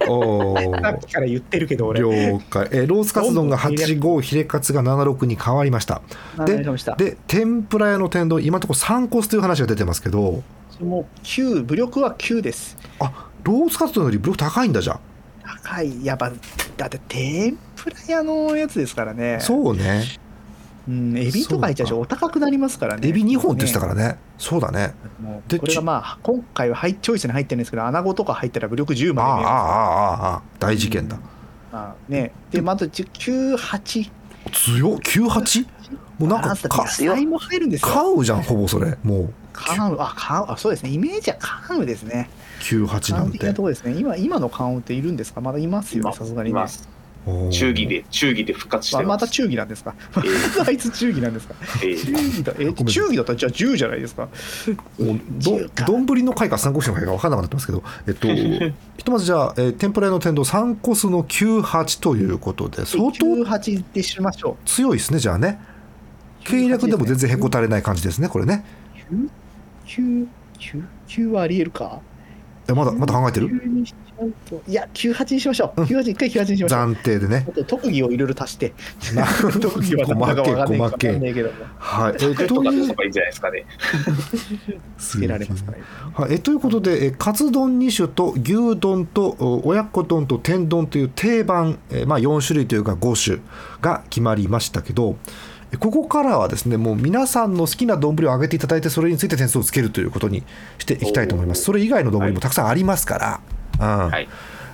Speaker 1: お
Speaker 2: さ
Speaker 1: ー
Speaker 2: っきから言ってるけど俺。
Speaker 1: 了解。えーロースカツ丼が85、ヒレカツが76に変わりました。
Speaker 2: わかりました。
Speaker 1: で天ぷら屋の天丼今のところ3コスという話が出てますけど
Speaker 2: もう九武力は九です。
Speaker 1: あロースカツ丼よりブロック高いんだじゃん、
Speaker 2: 高いやっぱだって天ぷら屋のやつですからね。
Speaker 1: そうね
Speaker 2: うんエビとか入っちゃうし
Speaker 1: そうか
Speaker 2: お高くなりますからね。
Speaker 1: エビ2本って言ってたからねそうだね
Speaker 2: もう
Speaker 1: で
Speaker 2: これ
Speaker 1: ち
Speaker 2: がまあ今回はハイチョイスに入ってるんですけど穴子とか入ったら武力10
Speaker 1: あああ
Speaker 2: まで見えま
Speaker 1: あああああ大事件だ、
Speaker 2: すああねでまああと98
Speaker 1: 強っ 98? もうなん
Speaker 2: あ
Speaker 1: か
Speaker 2: った
Speaker 1: か
Speaker 2: 野菜も入るんですよ
Speaker 1: 買うじゃんほぼそれもう
Speaker 2: 関羽あ関羽あそうですねイメージは関羽ですね
Speaker 1: 98なん
Speaker 2: 関羽的な
Speaker 1: て
Speaker 2: とこですね今今の関羽っているんですかまだいますよねさすがにね
Speaker 3: 今
Speaker 1: おー
Speaker 3: 忠義で忠義で復活し
Speaker 2: あ
Speaker 3: て
Speaker 2: ま
Speaker 3: ま
Speaker 2: た
Speaker 3: す、
Speaker 2: 忠義なんですか
Speaker 3: え
Speaker 2: あいつ忠義なんですか
Speaker 3: ええ
Speaker 2: 忠
Speaker 3: え
Speaker 2: 義だ
Speaker 1: ご
Speaker 2: え
Speaker 1: めん
Speaker 2: 忠義だったらじゃあ10じゃないですか
Speaker 1: もう
Speaker 2: 10か
Speaker 1: ど丼の回か三国志の回か分からなくなってますけどえっ とひとまずじゃあ、えー天ぷら屋の天丼3コスの98ということで相当
Speaker 2: 98でしましょ
Speaker 1: 強いですねじゃあね計略でも全然へこたれない感じですねこれね
Speaker 2: う99はありえるか
Speaker 1: えまだまだ考えてる
Speaker 2: 9にしちゃうといや98にしましょう98一回98にしましょう
Speaker 1: 暫定でね
Speaker 2: あと特技をいろいろ足して
Speaker 1: な
Speaker 2: 特技は何だか分かんない
Speaker 1: 細
Speaker 2: わ
Speaker 1: けえ
Speaker 2: かんないけども
Speaker 1: はいえ
Speaker 3: と
Speaker 1: と
Speaker 3: か
Speaker 1: い
Speaker 3: 出
Speaker 1: う
Speaker 3: せばいいんじゃないですかね。
Speaker 2: つけられますから
Speaker 1: はい、えということで、えカツ丼2種と牛丼とお親子丼と天丼という定番、えまあ、4種類というか5種が決まりましたけど、えここからはですね、もう皆さんの好きな丼を上げていただいて、それについて点数をつけるということにしていきたいと思います。
Speaker 3: おー
Speaker 1: それ以外の丼もたくさんありますから、うん
Speaker 3: はい。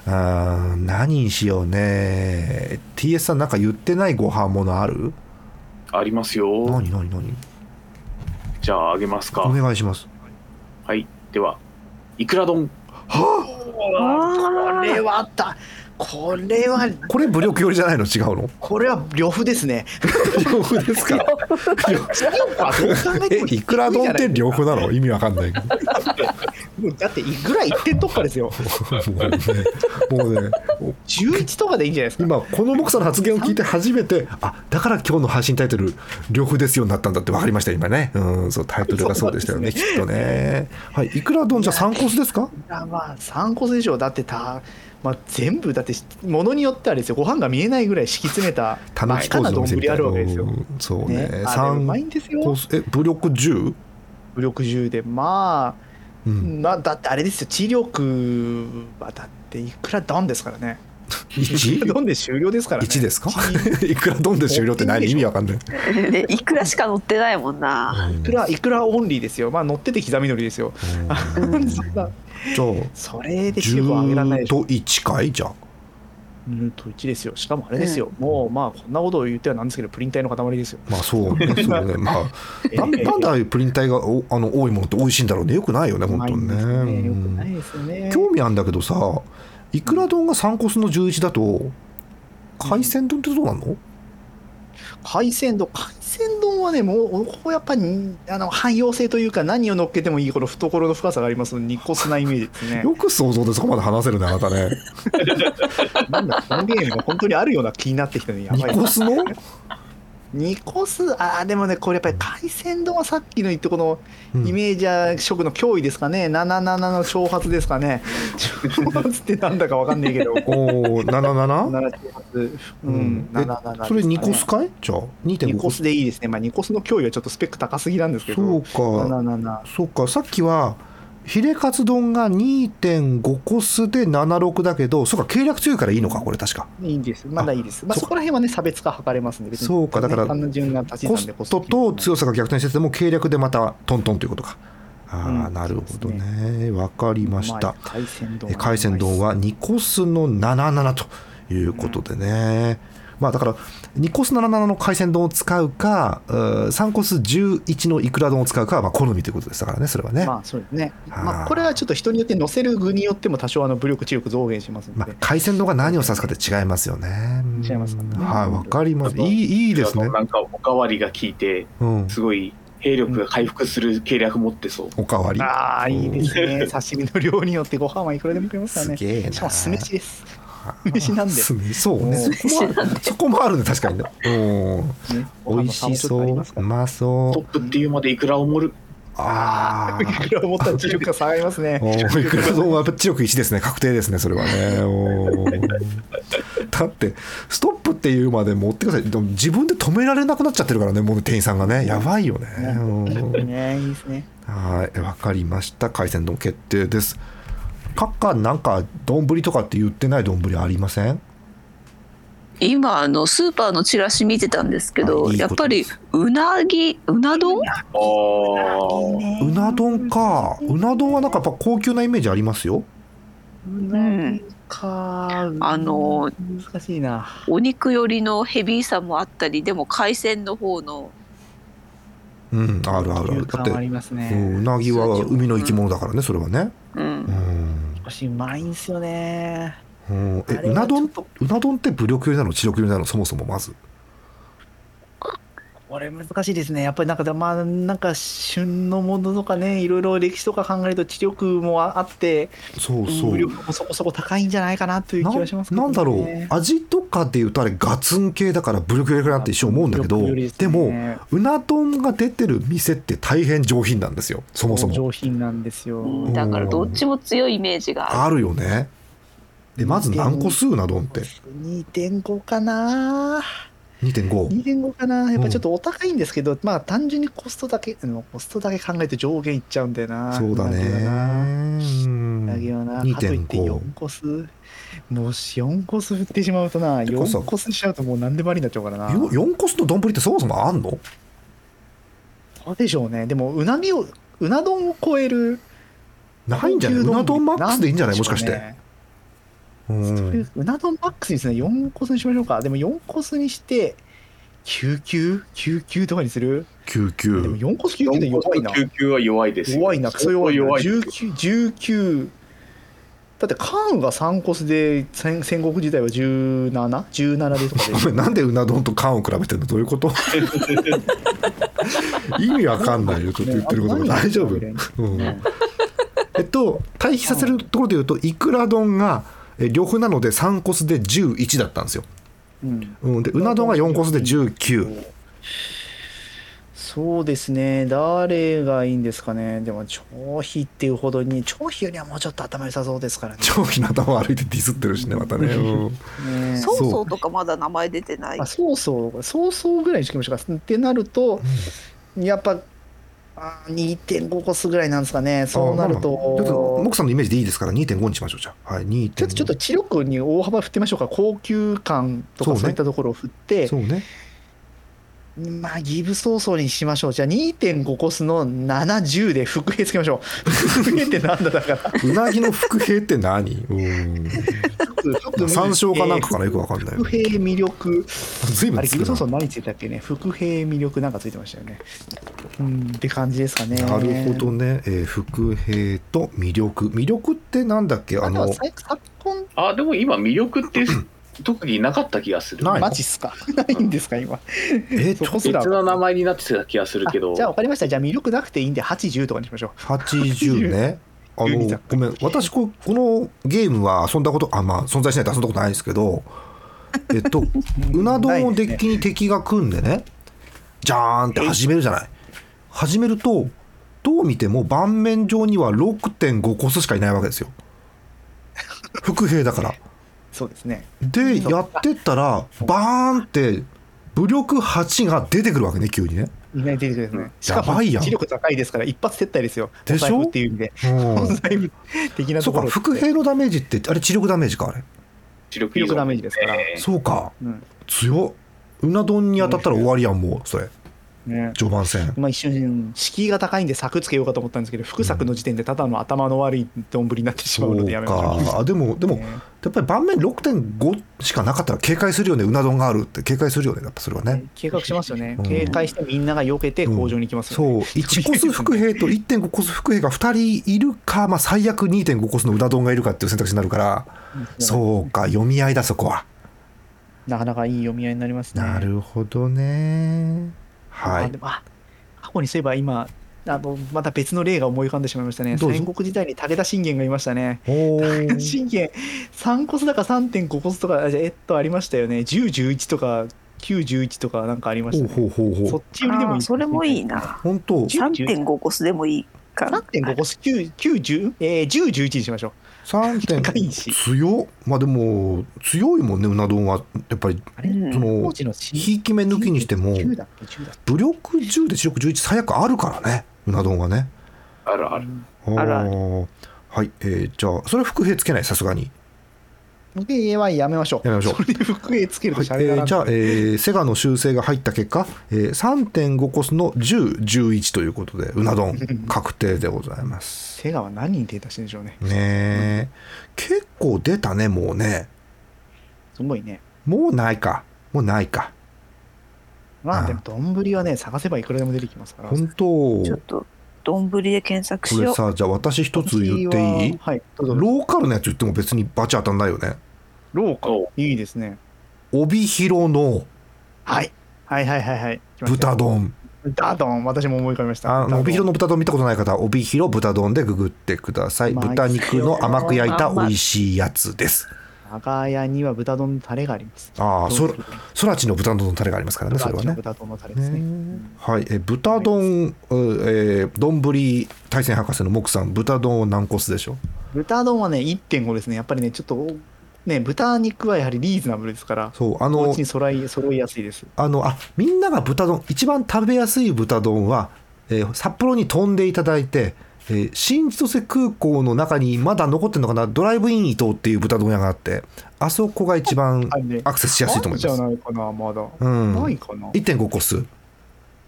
Speaker 1: あー何にしようね、TS さん、なんか言ってないご飯ものある
Speaker 3: ありますよ。
Speaker 1: 何、何、何、
Speaker 3: じゃああげます
Speaker 1: お
Speaker 3: か。
Speaker 1: 願いします。
Speaker 3: はい。では、いくら丼。
Speaker 2: これはあったこれは
Speaker 1: これ、武力寄りじゃないの違うの
Speaker 2: これは呂布ですね
Speaker 1: 両夫ですか
Speaker 2: 違うかどう考え
Speaker 1: え
Speaker 2: ても、
Speaker 1: いくら丼って両方なの意味わかん ないけど。
Speaker 2: もうだっていくら1点とかですよ
Speaker 1: もうね、もうね
Speaker 2: 11とかでいいんじゃないですか
Speaker 1: 今、この木さんの発言を聞いて初めて、あだから今日の配信タイトル、両夫ですよになったんだって分かりました、今ね。うん、そう、タイトルがそうでしたよね、きっとね。はい、いくら丼じゃ3コースですか
Speaker 2: いやまあ3個以上だってた、まあ、全部だってものによってはあれですよご飯が見えないぐらい敷き詰めた
Speaker 1: た
Speaker 2: 真
Speaker 1: ぬ
Speaker 2: っ
Speaker 1: き
Speaker 2: 赤
Speaker 1: 工
Speaker 2: な
Speaker 1: 事のお店み
Speaker 2: 丼
Speaker 1: た
Speaker 2: あ
Speaker 1: いな。
Speaker 2: るわけです
Speaker 1: う
Speaker 2: よ。
Speaker 1: んそう
Speaker 2: ね
Speaker 1: ね。
Speaker 2: あれう
Speaker 1: 三
Speaker 2: まいんです
Speaker 1: コ
Speaker 2: よ
Speaker 1: ース、え、武力 10?
Speaker 2: 武力銃でまあ、
Speaker 1: うん、
Speaker 2: まあ、だってあれですよ知力はだっていくらドンですからね
Speaker 1: 1?1
Speaker 2: ドンで終了ですからね
Speaker 1: ですか いくら丼で終了って 何意味わかんない。
Speaker 4: ねいくらしか乗ってないもんな。
Speaker 1: うん
Speaker 2: いくらいくらオンリーですよまあ乗ってて刻みのりですよ
Speaker 1: うん
Speaker 2: そんな
Speaker 1: じゃあ、
Speaker 2: それでチーム上げられない
Speaker 1: 10
Speaker 2: でしょ
Speaker 1: と1かいじゃあ。
Speaker 2: うんと1ですよしかもあれですよ、もうまあこんなことを言ってはなんですけどプリン体の塊ですよ
Speaker 1: まあそうね、そうね、まあ、なんなんでああいうプリン体がおあの多いものって美味しいんだろうね、よくないよね、本当にね。
Speaker 2: うまいんですねよく
Speaker 1: う
Speaker 2: なんいですよね
Speaker 1: 興味あんだけどさ、いくら丼が3コスの11だと、海鮮丼ってどうなんの、
Speaker 2: 海鮮丼海鮮丼はねもうここやっぱりあの汎用性というか何を乗っけてもいいこの懐の深さがありますのでニコスなイメージです ね
Speaker 1: よく想像でそこまで話せるね、あなたね。
Speaker 2: なんだこのゲームが本当にあるような気になってきたねや
Speaker 1: ニ
Speaker 2: ばい
Speaker 1: コスの
Speaker 2: ニコスあーでもねこれやっぱり海鮮丼はさっきの言ってこの
Speaker 1: うん
Speaker 2: イメージは食の脅威ですかね、77の挑発ですかね挑発ってなんだかわかんないけど
Speaker 1: おー、77?
Speaker 2: 7挑発う
Speaker 1: うんえ
Speaker 2: 77ですかね
Speaker 1: それ2コスかいじゃあ、
Speaker 2: ニ
Speaker 1: 2.5
Speaker 2: コ
Speaker 1: コ
Speaker 2: ス
Speaker 1: ス。
Speaker 2: でいいですねまあニコスの脅威はちょっとスペック高すぎなんですけ
Speaker 1: そ
Speaker 2: ど
Speaker 1: うか、
Speaker 2: 77
Speaker 1: そうか、さっきは、ヒレカツ丼が2.5コスで76だけど、そうか、計略強いからいいのか、これ確か。
Speaker 2: いいんです。まだいいです。まあ
Speaker 1: そ
Speaker 2: そ
Speaker 1: っか
Speaker 2: こら辺はね、差別化図れますんで、別に
Speaker 1: そうかだから
Speaker 2: ね単純な立ち
Speaker 1: コ
Speaker 2: 算
Speaker 1: ス
Speaker 2: で
Speaker 1: トと強
Speaker 2: さ。
Speaker 1: さが逆転してても計略でまたトントンということか。ああ、
Speaker 2: うん
Speaker 1: なるほどね。わ、かりまし
Speaker 2: う
Speaker 1: た
Speaker 2: まい。海鮮丼
Speaker 1: え。海鮮丼は2コスの77ということでね。まあだから2コス77の海鮮丼を使うか、うー3コス11のいくら丼を使うかはまあ好みということでしたからね、それはね。ま
Speaker 2: まあそうですね。
Speaker 1: あー
Speaker 2: まあこれはちょっと人によって乗せる具によっても多少あの武力、知力増減しますの
Speaker 1: あ
Speaker 2: で。
Speaker 1: 海鮮丼が何を指すかって違いますよね。
Speaker 2: 違いますからね
Speaker 1: はい、わかります。いい、いいですね。
Speaker 3: なんかおかわりが効いて、
Speaker 1: うん。
Speaker 3: すごい兵力が回復する計略持ってそう。
Speaker 1: おかわり。
Speaker 2: ああ、いいですね。刺身の量によってご飯はいくらでも食えますから
Speaker 1: す
Speaker 2: ね。
Speaker 1: げえな。
Speaker 2: しかも酢飯です。飯なんで
Speaker 1: 酢飯そうね。
Speaker 2: もう
Speaker 1: そこもあるそこもあるね、確か にね。うん。
Speaker 2: ね
Speaker 1: 美味しそ
Speaker 2: ご飯の差
Speaker 1: うう
Speaker 2: もちょっとありま。すから
Speaker 1: まそ
Speaker 3: ト
Speaker 1: う
Speaker 3: ッ。プっていうまでいくらを盛る。
Speaker 1: ああ。
Speaker 2: いくら思ったら知力が下がりますね。
Speaker 1: おーいくら丼はやっぱ知力1ですね。確定ですね、それはね。おーだって、ストップっていうまで持ってください。でも自分で止められなくなっちゃってるからね、もう店員さんがね。やばいよね。うん
Speaker 2: ねいいですね。
Speaker 1: はい、わかりました。海鮮丼決定です。カッカなんか丼とかって言ってない丼ありません
Speaker 4: 今あのスーパーのチラシ見てたんですけど、
Speaker 1: あいいこと
Speaker 4: やっぱりうなぎうな丼
Speaker 3: ああ。
Speaker 1: うな丼か。うな丼はなんかやっぱ高級なイメージありますよ。
Speaker 4: ん
Speaker 2: か
Speaker 4: あの
Speaker 2: 難しいな。
Speaker 4: お肉寄りのヘビーさもあったりでも海鮮の方の
Speaker 1: うん、あるあるある。
Speaker 2: だ
Speaker 1: だ
Speaker 2: っ
Speaker 1: ってて
Speaker 2: あ、りますね。
Speaker 1: うんうなぎは海の生き物だからね、それはね。
Speaker 4: う
Speaker 1: うんん。
Speaker 2: 私うまいんすよね
Speaker 1: うんえ、
Speaker 2: あれ
Speaker 1: う
Speaker 2: は
Speaker 1: な
Speaker 2: ちょっ
Speaker 1: 丼
Speaker 2: と
Speaker 1: うな丼って武力寄りなの、知力寄りなの、そもそもまず。
Speaker 2: これ難しいですね。やっぱりなんか、まあ、なんか旬のものとかね、いろいろ歴史とか考えると知力もああって、
Speaker 1: そうそう
Speaker 2: 武力もそこそこ高いんじゃないかなという気がしますけ
Speaker 1: な
Speaker 2: ど
Speaker 1: ん
Speaker 2: ね
Speaker 1: だろう味とかで言うとあれガツン系だから武力よりかなって一瞬思うんだけど
Speaker 2: 武力よ
Speaker 1: で,、
Speaker 2: りすね
Speaker 1: もうな丼が出てる店って大変上品なんですよそもそも
Speaker 2: 上品なんですよ。
Speaker 4: うんだからどっちも強いイメージがあ
Speaker 1: あるよねでまず何個数うな丼って
Speaker 2: 2.5かな
Speaker 1: 2.5
Speaker 2: 2.5かなやっぱちょっとお高いんですけど、まあ単純にコストだけ、うんコストだけ考えて上限いっちゃうんだよな。
Speaker 1: そうだねうん
Speaker 2: うなぎはな。
Speaker 1: 2.5
Speaker 2: かといって4コス、もし4コス振ってしまうとな、
Speaker 1: てかさ
Speaker 2: 4コスしちゃうともう何でもありになっちゃうからな。
Speaker 1: よ4コスの丼ってそもそもあんの
Speaker 2: そうでしょうね。でも、うなぎを、うな丼を超える。
Speaker 1: ないんじゃないうな丼マックスでいいんじゃないもしかし
Speaker 2: なんで
Speaker 1: て
Speaker 2: ょうね
Speaker 1: うん
Speaker 2: うな丼マックスにですね、4コスにしましょうか。でも4コスにして、救急救急とかにする
Speaker 1: 救
Speaker 2: でも
Speaker 1: 急
Speaker 2: 4コス救急って
Speaker 3: 4
Speaker 2: 弱
Speaker 3: 個
Speaker 2: い
Speaker 3: の
Speaker 2: な。
Speaker 3: 救急は弱いですよ。
Speaker 2: 弱いな、クソ弱いな。
Speaker 3: 弱いですよ。
Speaker 2: 19、19。だって、カーンが3コスで、戦戦国時代は 17?17 でとかで。
Speaker 1: ごめん なんでうな丼と缶を比べてるのどういうこと 意味わかんないよちょっと言ってることが大丈夫
Speaker 2: ね
Speaker 1: うんえっと対比させるところで言うといくら丼がえ呂布なので3コスで11だったんですよ、
Speaker 2: うん
Speaker 1: うん、でうな丼が4コスで19
Speaker 2: そうですね、誰がいいんですかね、でも、張飛っていうほどに、張飛よりはもうちょっと頭良さそうで すからね。
Speaker 1: 長飛の頭を歩いてディスってるしねまたね、うん
Speaker 2: ね
Speaker 4: そうそうとかまだ名前出てない
Speaker 2: あそうそう、そうそうぐらいにしてきましょうか。ってなると、やっぱ、あー2.5コスぐらいなんですかね、そうなる
Speaker 1: あまあまあちょっと
Speaker 2: と。
Speaker 1: モクさんのイメージでいいですから2.5にしましょうじゃあ、はい、2.5
Speaker 2: ちょっとちょっと知力に大幅振ってみましょうか、高級感と
Speaker 1: そう
Speaker 2: か
Speaker 1: ね
Speaker 2: そういったところを振って、
Speaker 1: そうね
Speaker 2: まあ、ギブ早々にしましょう、じゃあ2.5コスの70で伏兵つけましょう。伏兵ってなんだだ から。
Speaker 1: うなぎの伏兵って何うん山椒かなんかかなよくわかんない
Speaker 2: 伏兵魅力。
Speaker 1: 随
Speaker 2: あ
Speaker 1: 分
Speaker 2: れ、
Speaker 1: つ
Speaker 2: ギ
Speaker 1: く
Speaker 2: ブソンソ
Speaker 1: な
Speaker 2: ン何ついてたっけね伏兵魅力なんかついてましたよね。うん、って感じですかね。
Speaker 1: なるほど。ね、えー伏兵と魅力魅力ってなんだっけあ
Speaker 2: あとは
Speaker 1: の
Speaker 2: さ昨今、
Speaker 3: あ、でも今魅力って特になかった気がする。
Speaker 1: ない
Speaker 2: マジっすかないんですか、今。
Speaker 1: え
Speaker 2: そ
Speaker 1: ー、
Speaker 2: こす
Speaker 3: 別
Speaker 2: ら。
Speaker 3: の名前になってた気がするけど。
Speaker 2: あじゃあ分かりました。じゃあ魅力なくていいんで、80とかにしましょう。
Speaker 1: 80ね。あ
Speaker 2: 12
Speaker 1: の
Speaker 2: だ
Speaker 1: ごめん私ここのゲームは遊んだことあまあ存在しないと遊んだことないですけ どえっとうな丼をデッキに敵が組んでねジャーンって始めるじゃない始めるとどう見ても盤面上には6.5コスしかいないわけですよ副兵だから
Speaker 2: そうですね。
Speaker 1: でやってったらバーンって武力8が出てくるわけね急にね
Speaker 2: いきなり出てくるんですね。しか
Speaker 1: やば
Speaker 2: も、
Speaker 1: いやん
Speaker 2: 知力高いですから、一発撤退ですよ。
Speaker 1: でしょ
Speaker 2: お財布っていう意味で。
Speaker 1: う
Speaker 2: お
Speaker 1: ん
Speaker 2: 財布的な
Speaker 1: そ
Speaker 2: と
Speaker 1: う
Speaker 2: こ
Speaker 1: か
Speaker 2: ろ。
Speaker 1: 副兵のダメージってあれ知力ダメージかあれ
Speaker 3: 知力
Speaker 2: 魅力ダメージですから。
Speaker 1: そうか
Speaker 2: うん。
Speaker 1: 強っうな丼に当たったら終わりやんもうそれ
Speaker 2: ね。
Speaker 1: 序盤戦
Speaker 2: まあ一瞬、敷居が高いんで柵つけようかと思ったんですけど、副柵の時点でただの頭の悪い丼になってしま
Speaker 1: そうう
Speaker 2: のでやめましょう。
Speaker 1: かあでもでも
Speaker 2: ね
Speaker 1: やっぱり盤面6.5しかなかったら警戒するよねうな丼があるって警戒するよねやっぱそれはね
Speaker 2: 計画しますよね
Speaker 1: うん。
Speaker 2: 警戒してみんなが避けて工場に行きますよね。
Speaker 1: そう1コス副兵と1.5コス副兵が2人いるか、まあ、最悪2.5コスのうな丼がいるかっていう選択肢になるからそうか読み合いだそこは
Speaker 2: なかなかいい読み合いになりますね。
Speaker 1: なるほどねは
Speaker 2: あ
Speaker 1: い
Speaker 2: でもあ過去にそういえば今あのまた別の例が思い浮かんでしまいましたね
Speaker 1: どうぞ
Speaker 2: 戦国時代に武田信玄がいましたね
Speaker 1: お
Speaker 2: 武田
Speaker 1: ー
Speaker 2: 信玄3コスだか3.5コスとかあじゃあえっとありましたよね1011とか911とかなんかありました
Speaker 1: ほう
Speaker 2: ね
Speaker 1: ほうほうほ
Speaker 2: そうっちよりでもい
Speaker 4: あー
Speaker 2: い
Speaker 4: それもいいな
Speaker 1: 本当
Speaker 4: 3.5コスでもいいかな
Speaker 2: 3.5コス910えー1011にしましょ
Speaker 1: 3
Speaker 2: う
Speaker 1: 点
Speaker 2: 高いし
Speaker 1: 強っまあでも強いもんねうな丼はやっぱり
Speaker 2: あれ
Speaker 4: うん
Speaker 1: その
Speaker 2: 当時の新
Speaker 1: ひいき目抜きにしても
Speaker 2: 9だっけ10だっ
Speaker 1: 武力10で視力11最悪あるからねうな丼はね
Speaker 3: あるある。
Speaker 4: あるある
Speaker 1: ーはいえーじゃあそれ副兵つけないさすがに
Speaker 2: けで家はやめましょう
Speaker 1: やめましょう
Speaker 2: それで副絵つける
Speaker 1: は
Speaker 2: と
Speaker 1: い
Speaker 2: しゃれ
Speaker 1: え
Speaker 2: だ
Speaker 1: ー
Speaker 2: な
Speaker 1: じゃあ、えーセガの修正が入った結果、えー3.5コスの1011ということでうな丼確定でございます
Speaker 2: セガは何に手出してんでしょうね
Speaker 1: ねえ結構出たねもうね
Speaker 2: すごいね
Speaker 1: もうないかもうないか
Speaker 2: ま
Speaker 1: あ
Speaker 2: あ
Speaker 1: あ
Speaker 2: でも丼はね探せばいくらでも出てきますから
Speaker 1: 本当
Speaker 4: ちょっと丼で検索
Speaker 1: こ
Speaker 4: し
Speaker 1: れ
Speaker 4: よう
Speaker 1: さじゃあ私一つ言っていい
Speaker 2: はい、どうぞ
Speaker 1: ローカルのやつ言っても別にバチ当たんないよね
Speaker 2: ロー
Speaker 3: お
Speaker 2: いいですね。
Speaker 1: 帯広の
Speaker 2: はい。はいはいはいはい。きました
Speaker 1: 豚丼
Speaker 2: ダドン私も思い浮かびました
Speaker 1: あの帯広
Speaker 2: の
Speaker 1: の豚丼見たことない方は帯広豚丼でググってください
Speaker 2: まあ
Speaker 1: 豚肉の甘く焼いた美味しいやつです
Speaker 2: 長屋には豚丼のタレがあります
Speaker 1: ああそ
Speaker 2: そう
Speaker 1: らそらちの豚丼のタレがありますからねそれはね
Speaker 2: 豚丼のタレですね
Speaker 1: はい、え豚丼、うえー、丼対戦博士の木さん豚丼を何個すでしょ
Speaker 2: 豚丼はね1.5ですねやっぱりねちょっとね豚肉はやはりリーズナブルですから
Speaker 1: そうあ
Speaker 2: お
Speaker 1: の
Speaker 2: 家に揃い揃いやすいです
Speaker 1: あのあみんなが豚丼一番食べやすい豚丼は、えー札千に飛んでいただいて、えー新千歳空港の中にまだ残ってるのかなドライブイン伊東っていう豚丼屋があってあそこが一番
Speaker 2: あるね
Speaker 1: アクセスしやすいと思いま
Speaker 2: あるん
Speaker 1: す
Speaker 2: じゃないかなまだ、
Speaker 1: うん
Speaker 2: ないかな
Speaker 1: 1.5個数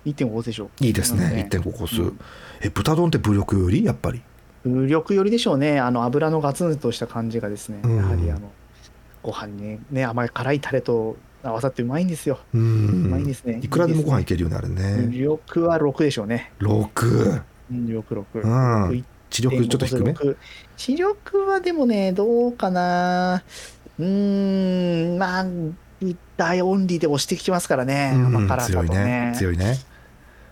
Speaker 2: 1.5でしょ
Speaker 1: いいです
Speaker 2: なので
Speaker 1: ね1.5個数、
Speaker 2: うん
Speaker 1: え豚丼って武力よりやっぱり
Speaker 2: 風力よりでしょうねあの油のガツンとした感じがですね、
Speaker 1: うん
Speaker 2: やはりあのご飯にねね甘い辛いタレと合わさってうまいんですよ、
Speaker 1: う
Speaker 2: うまい
Speaker 1: ん
Speaker 2: ですね
Speaker 1: いくらでもご飯いけるよねあれ
Speaker 2: 風
Speaker 1: ね
Speaker 2: 力は6でしょうね
Speaker 1: 6
Speaker 2: うん力6、
Speaker 1: うん知力ちょっと低め
Speaker 2: 1.5視力はでもねどうかなうーんまあ大オンリーで押してきますからね、
Speaker 1: うん
Speaker 2: 甘辛さと
Speaker 1: 強いね強いね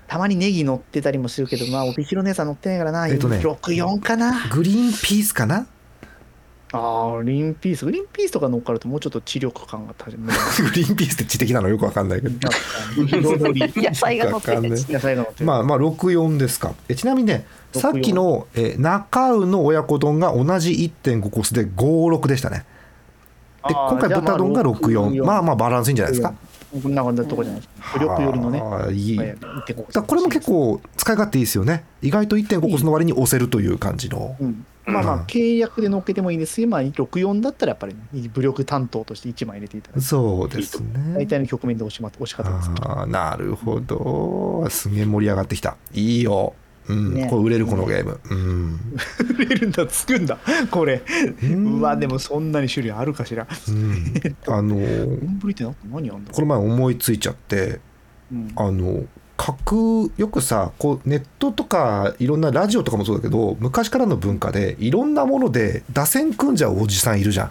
Speaker 2: たまにネギ乗ってたりもするけどまあ帯広姉さん乗ってないからな、
Speaker 1: えっとね
Speaker 2: 64かな
Speaker 1: グリーンピースかな
Speaker 2: ああ、リンピース。グリーンピースとか乗っかるともうちょっと知力感が足 りない。
Speaker 1: グリーンピースって知的なのよくわかんないけど
Speaker 2: 彩 り。
Speaker 4: 野菜が乗って
Speaker 1: わかん
Speaker 4: て
Speaker 1: ね
Speaker 2: 野菜が乗ってる
Speaker 1: まあまあ64ですかえちなみにね
Speaker 2: 64
Speaker 1: さっきの、えー中尾の親子丼が同じ1.5コースで56でしたねで
Speaker 2: あー
Speaker 1: 今回
Speaker 2: じゃあま
Speaker 1: 豚
Speaker 2: あ
Speaker 1: 丼が64まあまあバランスいいんじゃないですか
Speaker 2: こんな感じのとこじゃないですか。力よりのね。
Speaker 1: はいい
Speaker 2: は
Speaker 1: だ
Speaker 2: い
Speaker 1: からこれも結。構使い勝手いいですよね意外と1.5コースの割に押せるという感じの
Speaker 2: うんまあま
Speaker 1: う
Speaker 2: あ
Speaker 1: ん、
Speaker 2: 契約で乗っけてもいいですし、まあ、64だったらやっぱり、ね、武力担当として1枚入れていただいて、
Speaker 1: そうですね
Speaker 2: 大体の局面で押し,、ま、押し方です。
Speaker 1: あーなるほどすげえ盛り上がってきたいいよ、うん
Speaker 2: ね
Speaker 1: これ売れるこのゲーム、うん
Speaker 2: くれるんだ、つくんだ、これ。
Speaker 1: うん
Speaker 2: うわ、でもそんなに種類あるかしら。
Speaker 1: うんあの
Speaker 2: コンプリってな何あんだ
Speaker 1: この前思いついちゃって
Speaker 2: うん
Speaker 1: あの架空よくさこうネットとかいろんなラジオとかもそうだけど昔からの文化でいろんなもので打線組んじゃうおじさんいるじゃん、
Speaker 2: あ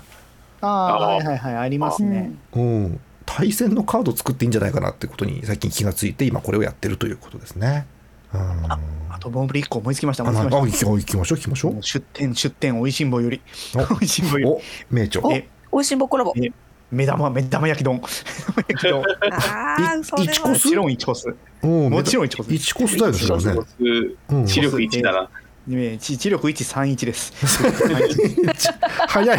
Speaker 2: あー、
Speaker 3: あ
Speaker 2: は
Speaker 3: ー
Speaker 2: いはいはい、ありますね。
Speaker 1: うん、対戦のカード作っていいんじゃないかなってことに最近気がついて今これをやってるということですね。うん、あ
Speaker 2: あと、ボンブリ1個思いつきました、思いつきました。
Speaker 1: 行き行きましょう行きましょ
Speaker 2: も
Speaker 1: う
Speaker 2: う。出店出店おいしんぼより
Speaker 1: お
Speaker 2: おいしんぼよ
Speaker 1: お名著
Speaker 2: り
Speaker 4: お
Speaker 2: え
Speaker 4: 美味しんぼコラボ
Speaker 2: え目玉目玉焼き丼目玉焼き
Speaker 4: ああそれ
Speaker 1: 一個
Speaker 2: 丼
Speaker 4: は
Speaker 2: も
Speaker 1: す
Speaker 2: ちろん一コス
Speaker 1: うん
Speaker 2: もちろん一コスです
Speaker 1: 1コスだよね、それはね。うん
Speaker 3: 視力1だな。
Speaker 2: ね知知力131です
Speaker 1: 早い、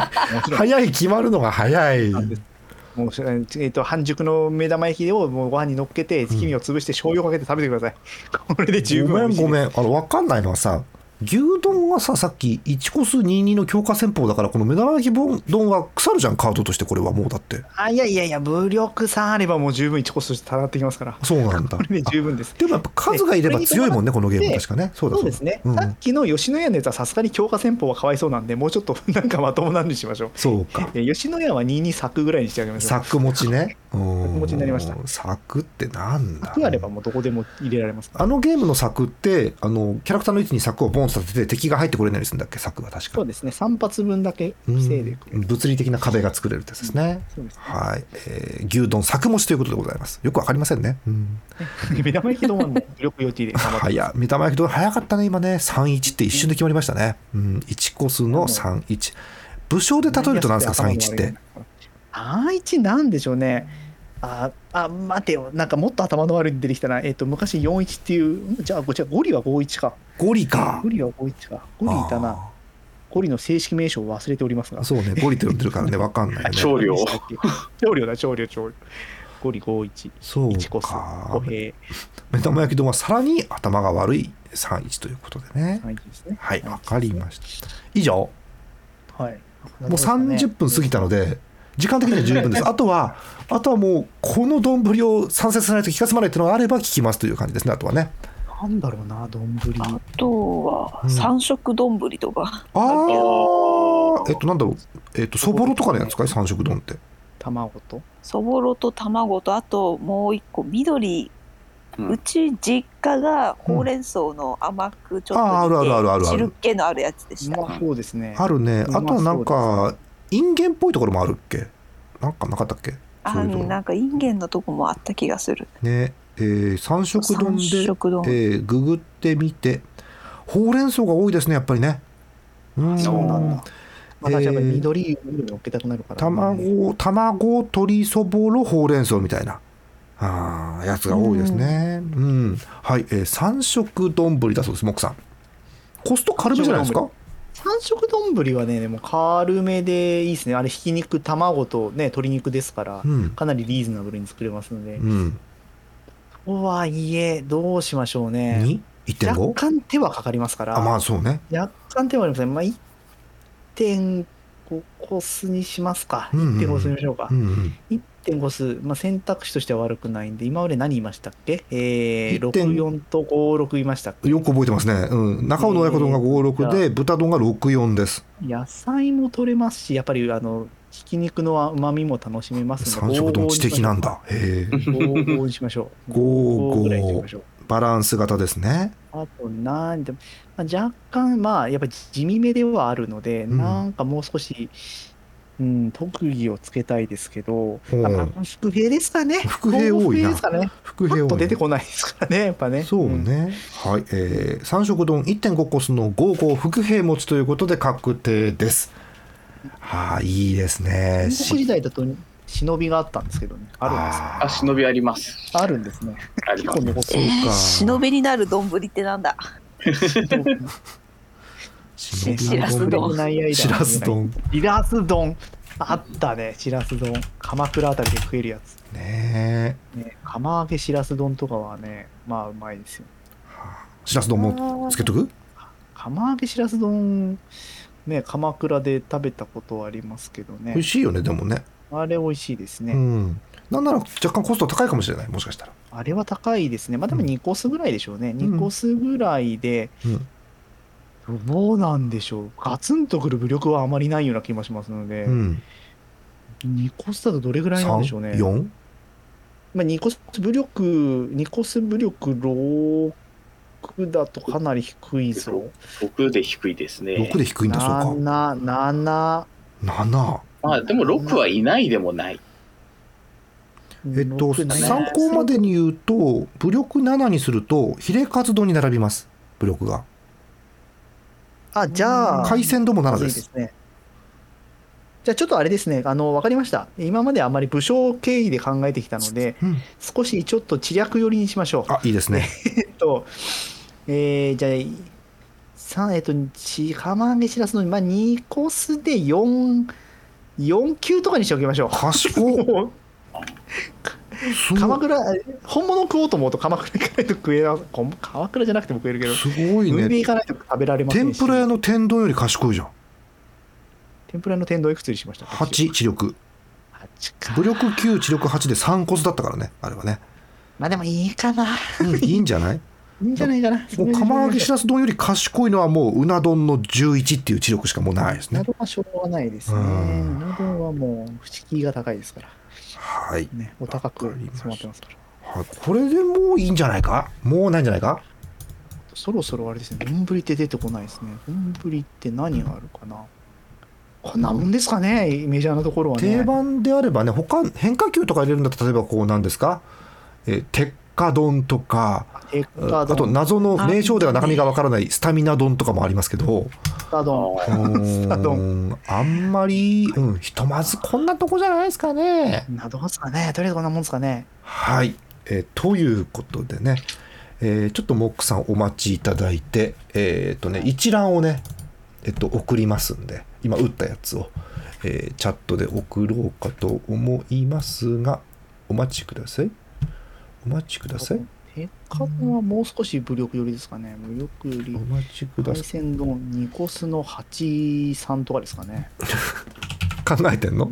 Speaker 1: 早い、決まるのが早い。
Speaker 2: なんですもうえーと半熟の目玉焼きをもうご飯に乗っけて黄身を潰して醤油をかけて食べてください、 これで十
Speaker 1: ごめ
Speaker 2: 分美味
Speaker 1: ん、
Speaker 2: しい
Speaker 1: ご
Speaker 2: です
Speaker 1: めん。あの、わかんないのはさ、牛丼はさ、さっき1コス22の強化戦法だから、この目玉焼き丼は腐るじゃん、カードとして、これはもうだって。
Speaker 2: あいやいやいや武力さんあればもう十分1コスとして戦ってきますから
Speaker 1: そうなんだ。
Speaker 2: これで
Speaker 1: あ
Speaker 2: 十分です
Speaker 1: でもやっぱ数がいれば強いもんね、このゲーム
Speaker 2: で
Speaker 1: 確かね。そうだ
Speaker 2: そうですね、
Speaker 1: うん
Speaker 2: さっきの吉野家のやつはさすがに強化戦法はかわいそうなんでもうちょっと なんかまともなのにしましょう
Speaker 1: そうか。
Speaker 2: いや吉野家は2に咲くぐらいにしてあげましょう
Speaker 1: サク持ちね。うん
Speaker 2: 柵持ちになりました
Speaker 1: サクってなんだ
Speaker 2: 柵あればもうどこでも入れられます
Speaker 1: あのゲームの柵って、あの、キャラクターの位置に柵をボンと立てて敵が入ってこれないようにするんだっけ、柵が確か。
Speaker 2: そうですね3発分だけ
Speaker 1: うん
Speaker 2: 防いでいくれる
Speaker 1: 物理的な壁が作れるってやつですね。
Speaker 2: そうですね
Speaker 1: はい、えー牛丼作持ちということでございます。よくわかりませんね。うん、
Speaker 2: 目玉焼き丼はもう武力予定で頑張って
Speaker 1: はいや、目玉焼き丼早かったね、今ね、三一って一瞬で決まりましたね。うん、一コスの三一。武将で例えるとなんですか、三一って。
Speaker 2: 三一なんでしょうねああ待てよなんかもっと頭の悪いの出てきたなえっ、と昔41っていううんじゃあこっちはゴリは51か
Speaker 1: ゴリか
Speaker 2: ゴ。リは51かゴリいたなゴリの正式名称を忘れております
Speaker 1: あ
Speaker 2: が
Speaker 1: ー。そうね、ゴリと呼んでるからね、わかん ないよ
Speaker 3: 調
Speaker 1: ね。
Speaker 3: 理を
Speaker 2: 何でしたっけ調理だ調理調理ゴリ51
Speaker 1: そ
Speaker 2: 1
Speaker 1: う
Speaker 2: コス
Speaker 1: か
Speaker 2: 歩。兵
Speaker 1: 目玉焼き丼はさらに頭が悪い三一ということでね。
Speaker 2: 31ですね
Speaker 1: はい、わかりました。以上。
Speaker 2: はい。
Speaker 1: もう30分過ぎたので、時間的には十分です。あとは、あとはもう、この丼を賛成さないと気が済まないというのがあれば聞きますという感じですね、あとはね。
Speaker 2: なんだろうな、丼。
Speaker 4: あとは
Speaker 1: うん
Speaker 4: 三色丼とか、
Speaker 1: あ
Speaker 4: け
Speaker 1: ー、えっと、なんだろう、えっと、そぼろとかのやつかい、三色丼って。
Speaker 2: 卵と。
Speaker 4: そぼろと卵とあともう一個
Speaker 3: う
Speaker 4: 緑、うんち実家がほうれん草の甘くちょっと
Speaker 1: うんあーあるあるあるあるある
Speaker 4: 汁っ気のあるやつでした、
Speaker 2: まあ、そうですね。
Speaker 1: あるね。あとはなん
Speaker 2: まあ
Speaker 1: か、インゲンっぽいところもあるっけなんかなかったっけ
Speaker 4: あ
Speaker 1: そういうとこ
Speaker 4: ーなんかインゲンのとこもあった気がする
Speaker 1: ね。えー三色丼で
Speaker 4: 三色丼
Speaker 1: えーググってみてほうれん草が多いですねやっぱりねうん
Speaker 2: そうなんだ。またじゃあ
Speaker 1: えー
Speaker 2: 緑色に乗っけたくなるから。
Speaker 1: 卵卵鶏そぼろほうれん草みたいなあーやつが多いですねうん、はい、えー、三色丼だそうですモクさんコスト軽めじゃないですか
Speaker 2: 三色丼はね、でも軽めでいいですね。あれ、ひき肉、卵とね、鶏肉ですから
Speaker 1: う、ん
Speaker 2: かなりリーズナブルに作れますので。
Speaker 1: うん
Speaker 2: とはいえ、どうしましょうね。
Speaker 1: に
Speaker 2: 若
Speaker 1: 1.5?
Speaker 2: 干手はかかりますから、
Speaker 1: あまあそうね
Speaker 2: 若干手はありません。まあ、1.5コスにしますか。
Speaker 1: うんうんうん
Speaker 2: 1.5コスにしましょうか
Speaker 1: う。んうん
Speaker 2: 1.5数、まあ、選択肢としては悪くないんで、今まで何言いましたっけえー、
Speaker 1: 1.5
Speaker 2: 64と56言いましたっけ
Speaker 1: よく覚えてますね、うん、中尾の親子丼が56で豚丼が64です
Speaker 2: 野菜も取れますし、やっぱりあのひき肉の旨味も楽しめますの
Speaker 1: 三
Speaker 2: で、
Speaker 1: 色丼知的なんだへえ
Speaker 2: 55にしましょう。
Speaker 1: 55
Speaker 2: 55ぐらいにしましょう。
Speaker 1: バランス型ですね
Speaker 2: あと何でも、まあ、若干、まあ、やっぱり地味めではあるので、
Speaker 1: うん
Speaker 2: なんかもう少し、うん、特技をつけたいですけど、
Speaker 1: うん
Speaker 2: まあ伏兵ですかね。
Speaker 1: 伏兵多いな
Speaker 2: 伏ですかね。
Speaker 1: 副
Speaker 2: パ
Speaker 1: 平
Speaker 2: ッと
Speaker 1: を
Speaker 2: 出てこないですからね、やっぱね。
Speaker 1: そうんね、はい、えー、三色丼1.5コスの合合伏兵持ちということで確定ですはあいいですね
Speaker 2: 戦国
Speaker 1: し
Speaker 2: 時代だと忍びがあったんですけどね。あるんですね
Speaker 3: あ、忍びあります。
Speaker 2: あるんですね。
Speaker 3: あり
Speaker 2: 結
Speaker 3: ま
Speaker 2: 構
Speaker 3: す。
Speaker 2: 残って
Speaker 4: え
Speaker 2: る。
Speaker 4: ー、忍びになる丼ってなんだ
Speaker 1: 忍び
Speaker 4: しらす丼
Speaker 1: しらす丼
Speaker 2: しらす丼あったねしらす丼鎌倉あたりで食えるやつ、
Speaker 1: ね
Speaker 2: ね、釜揚げしらす丼とかはねまあうまいですよ
Speaker 1: えしらす丼もつけとく
Speaker 2: 釜揚げしらす丼ね鎌倉で食べたことはありますけどね
Speaker 1: 美味しいよねでもね
Speaker 2: あれ美味しいですね、
Speaker 1: うんなんなら若干コスト高いかもしれないもしかしたら
Speaker 2: あれは高いですねまあでも
Speaker 1: うん
Speaker 2: 2コースぐらいでしょうね、
Speaker 1: ん
Speaker 2: 2コースぐらいで
Speaker 1: うん
Speaker 2: どうなんでしょうガツンとくる武力はあまりないような気もしますので、
Speaker 1: うん
Speaker 2: 2コースだとどれぐらいなんでしょうね
Speaker 1: 34
Speaker 2: まあ、ニコス武力、ニコス武力6だとかなり低いぞ。
Speaker 3: 6で低いですね。
Speaker 1: 6で低いんだそうか
Speaker 2: 7、7、
Speaker 1: 7
Speaker 3: まあでも6はいないでもない。
Speaker 1: えっと、
Speaker 2: 6ね
Speaker 1: 参考までに言うと、武力7にすると、ヒレカツ丼に並びます、武力が。
Speaker 2: あ、じゃあ、
Speaker 1: 海鮮丼も7
Speaker 2: まず
Speaker 1: で
Speaker 2: い
Speaker 1: す。
Speaker 2: ね。じゃあちょっとあれですね、あの、わかりました。今まであまり武将経緯で考えてきたので、
Speaker 1: うん、
Speaker 2: 少しちょっと知略寄りにしましょう。
Speaker 1: あ、いいですね。
Speaker 2: えっと、えー、じゃあい、三えっと、ち釜揚げしらすの、まあ、2コスで4、4級とかにしておきましょ う。
Speaker 1: 賢っ
Speaker 2: もう
Speaker 1: す
Speaker 2: 鎌
Speaker 1: ご
Speaker 2: 倉、本物食おうと思うと鎌倉行かないと食えな、こん鎌倉じゃなくても食えるけど、
Speaker 1: すごい
Speaker 2: 海辺
Speaker 1: ね。
Speaker 2: 行かないと食べられません
Speaker 1: 天
Speaker 2: し。
Speaker 1: ぷら屋の天丼より賢いじゃん。
Speaker 2: 天ぷらの天丼いくつにしました
Speaker 1: 8、知力。
Speaker 2: 八か
Speaker 1: 武。力9、知力8で3コスだったからね、あれはね。
Speaker 2: まあでもいいかな。
Speaker 1: うん、いいんじゃない
Speaker 2: いいんじゃないかな。
Speaker 1: もう釜揚げし
Speaker 2: ら
Speaker 1: らす丼より賢いのはもううな丼の11っていう知力しかもうないですね
Speaker 2: な。どはしょうがないですね。
Speaker 1: うん
Speaker 2: などはもう、不思議が高いですから。
Speaker 1: はい。
Speaker 2: ね、お高く
Speaker 1: わかりました
Speaker 2: 染まってますから。
Speaker 1: はいこれでもういいんじゃないかもうないんじゃないか
Speaker 2: そろそろあれですね、丼って出てこないですね。丼って何があるかな。こんなもんですかね、メジャーなところはね。
Speaker 1: 定番であればね他変化球とか入れるんだったら例えばこうなんですか、えー鉄火丼とか
Speaker 2: 鉄火丼
Speaker 1: あと謎の名称では中身がわからないスタミナ丼とかもありますけど
Speaker 2: 鉄火丼
Speaker 1: うーんあんまり、うん、ひとまずこんなとこじゃないですかね。
Speaker 2: などうですかね、とりあえずこんなもんですかね。
Speaker 1: はい、えーということでね、えーちょっとモックさんお待ちいただいて、えーっとね、一覧をね、えっと、送りますんで今打ったやつを、えーチャットで送ろうかと思いますがお待ちくださいお待ちください
Speaker 2: 鉄火丼はもう少し武力寄りですかね。武力
Speaker 1: お
Speaker 2: より
Speaker 1: 待ちくだ
Speaker 2: 海
Speaker 1: さい
Speaker 2: 鮮丼ニコスの83とかですかね。
Speaker 1: 考えてんの、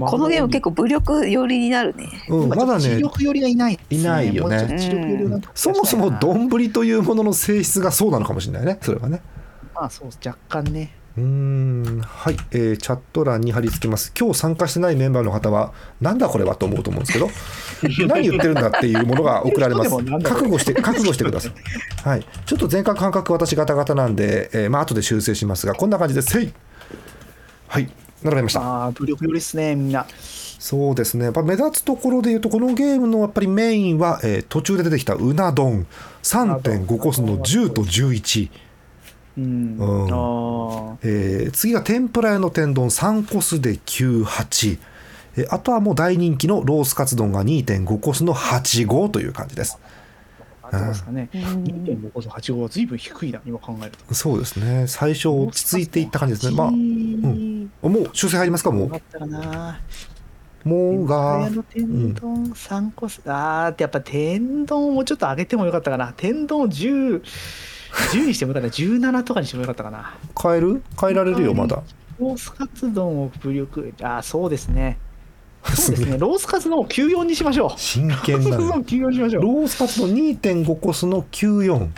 Speaker 4: このゲーム結構武力寄りになるね
Speaker 1: うん、まだ
Speaker 2: 知
Speaker 1: ね
Speaker 2: 力寄りがいないです、
Speaker 1: いないよね
Speaker 2: もうちょっと知力寄り
Speaker 1: う
Speaker 2: なん気がした
Speaker 1: そ
Speaker 2: な
Speaker 1: もそも丼というものの性質がそうなのかもしれないねそれはね
Speaker 2: まあそう若干ね。
Speaker 1: うーんはい、えーチャット欄に貼り付けます。今日参加してないメンバーの方は、なんだこれはと思うと思うん ですけど、何言ってるんだっていうものが送られます。
Speaker 2: でもなんだこれ
Speaker 1: 覚悟して、覚悟してください。はい、ちょっと全角感覚、私、ガタガタなんで、えーまあ後で修正しますが、こんな感じです。せいはい、並べました。
Speaker 2: ああ、武力寄りですね、みんな。
Speaker 1: そうですねやっぱ目立つところでいうとこのゲームのやっぱりメインは、えー途中で出てきたうな丼3.5コスの10と11、
Speaker 2: うん
Speaker 1: うん
Speaker 2: あ
Speaker 1: えー次が天ぷら屋の天丼3コスで98、えーあとはもう大人気のロースカツ丼が2.5コスの85という感じです
Speaker 2: あありますかね2.5こそ8号は随分低いな今考えると
Speaker 1: そうですね最初落ち着いていった感じですねまあ
Speaker 2: ん
Speaker 1: あもう修正入りますかも
Speaker 2: かったかな
Speaker 1: うもうが
Speaker 2: 親の天丼3個す、あーってやっぱ天丼をもうちょっと上げてもよかったかな天丼を1010にしてもよかった17とかにしてもよかったかな
Speaker 1: 変える変えられるよまだ
Speaker 2: ロースカツ丼を武力あーそうですねそうです
Speaker 1: すげ
Speaker 2: ね
Speaker 1: え
Speaker 2: ロースカツ丼を94にしましょう
Speaker 1: 真
Speaker 2: ロ
Speaker 1: 剣
Speaker 2: ース
Speaker 1: だ
Speaker 2: カツ
Speaker 1: ね
Speaker 2: 丼94にしましょ
Speaker 1: ロ
Speaker 2: う
Speaker 1: ースカツの2.5コスの948594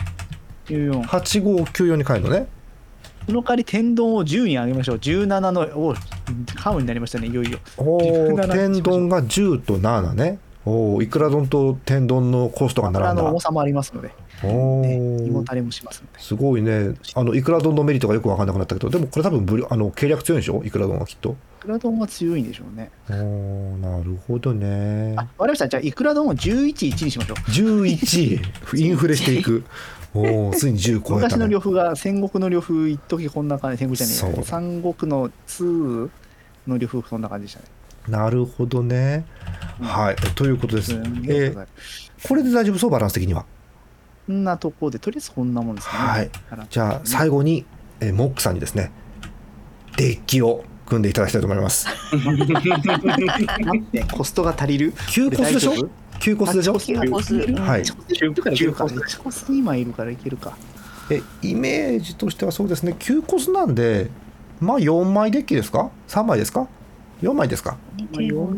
Speaker 2: 94
Speaker 1: に変えるのね
Speaker 2: その代わり天丼を10に上げましょう17のおカムになりましたねいよいよ
Speaker 1: おお
Speaker 2: 17
Speaker 1: 天丼が10と7ねおおいくら丼と天丼のコストが
Speaker 2: あ
Speaker 1: 並ん
Speaker 2: の
Speaker 1: だ
Speaker 2: 重さもありますので、
Speaker 1: お
Speaker 2: ね、
Speaker 1: お
Speaker 2: 胃もたれもしますのです
Speaker 1: ごいねあのいくら丼のメリットがよく分かんなくなったけどでもこれ多分ブリあの計略強いんでしょいくら丼はきっと
Speaker 2: いくら丼は強いんでしょうね
Speaker 1: おーなるほどね
Speaker 2: あわかりましたじゃあいくら丼を111にしましょう
Speaker 1: 11インフレしていくおおついに10超え
Speaker 2: 昔
Speaker 1: た、
Speaker 2: の
Speaker 1: ね
Speaker 2: 呂、布が戦国の呂布一時こんな感じ戦国じゃね
Speaker 1: そ
Speaker 2: え
Speaker 1: う
Speaker 2: 三国の2の呂布こんな感じでしたね
Speaker 1: なるほどねはいということです、え
Speaker 2: うん
Speaker 1: ーこれで大丈夫そうバランス的には
Speaker 2: こんなとこでとりあえずこんなもんですかね
Speaker 1: はい
Speaker 2: から
Speaker 1: じゃあ最後に、えーモックさんにですねデッキを組んでいただきたいと思い ます
Speaker 2: 待ってコストが足りる
Speaker 1: 9コスでしょ
Speaker 2: 大丈夫
Speaker 1: 9コスでしょ
Speaker 2: 八
Speaker 4: コス
Speaker 1: はい
Speaker 2: いるからいけるか1コスに今いるからいけるか
Speaker 1: えイメージとしてはそうですね9コスなんでまあ4枚デッキですか3枚ですか4枚ですか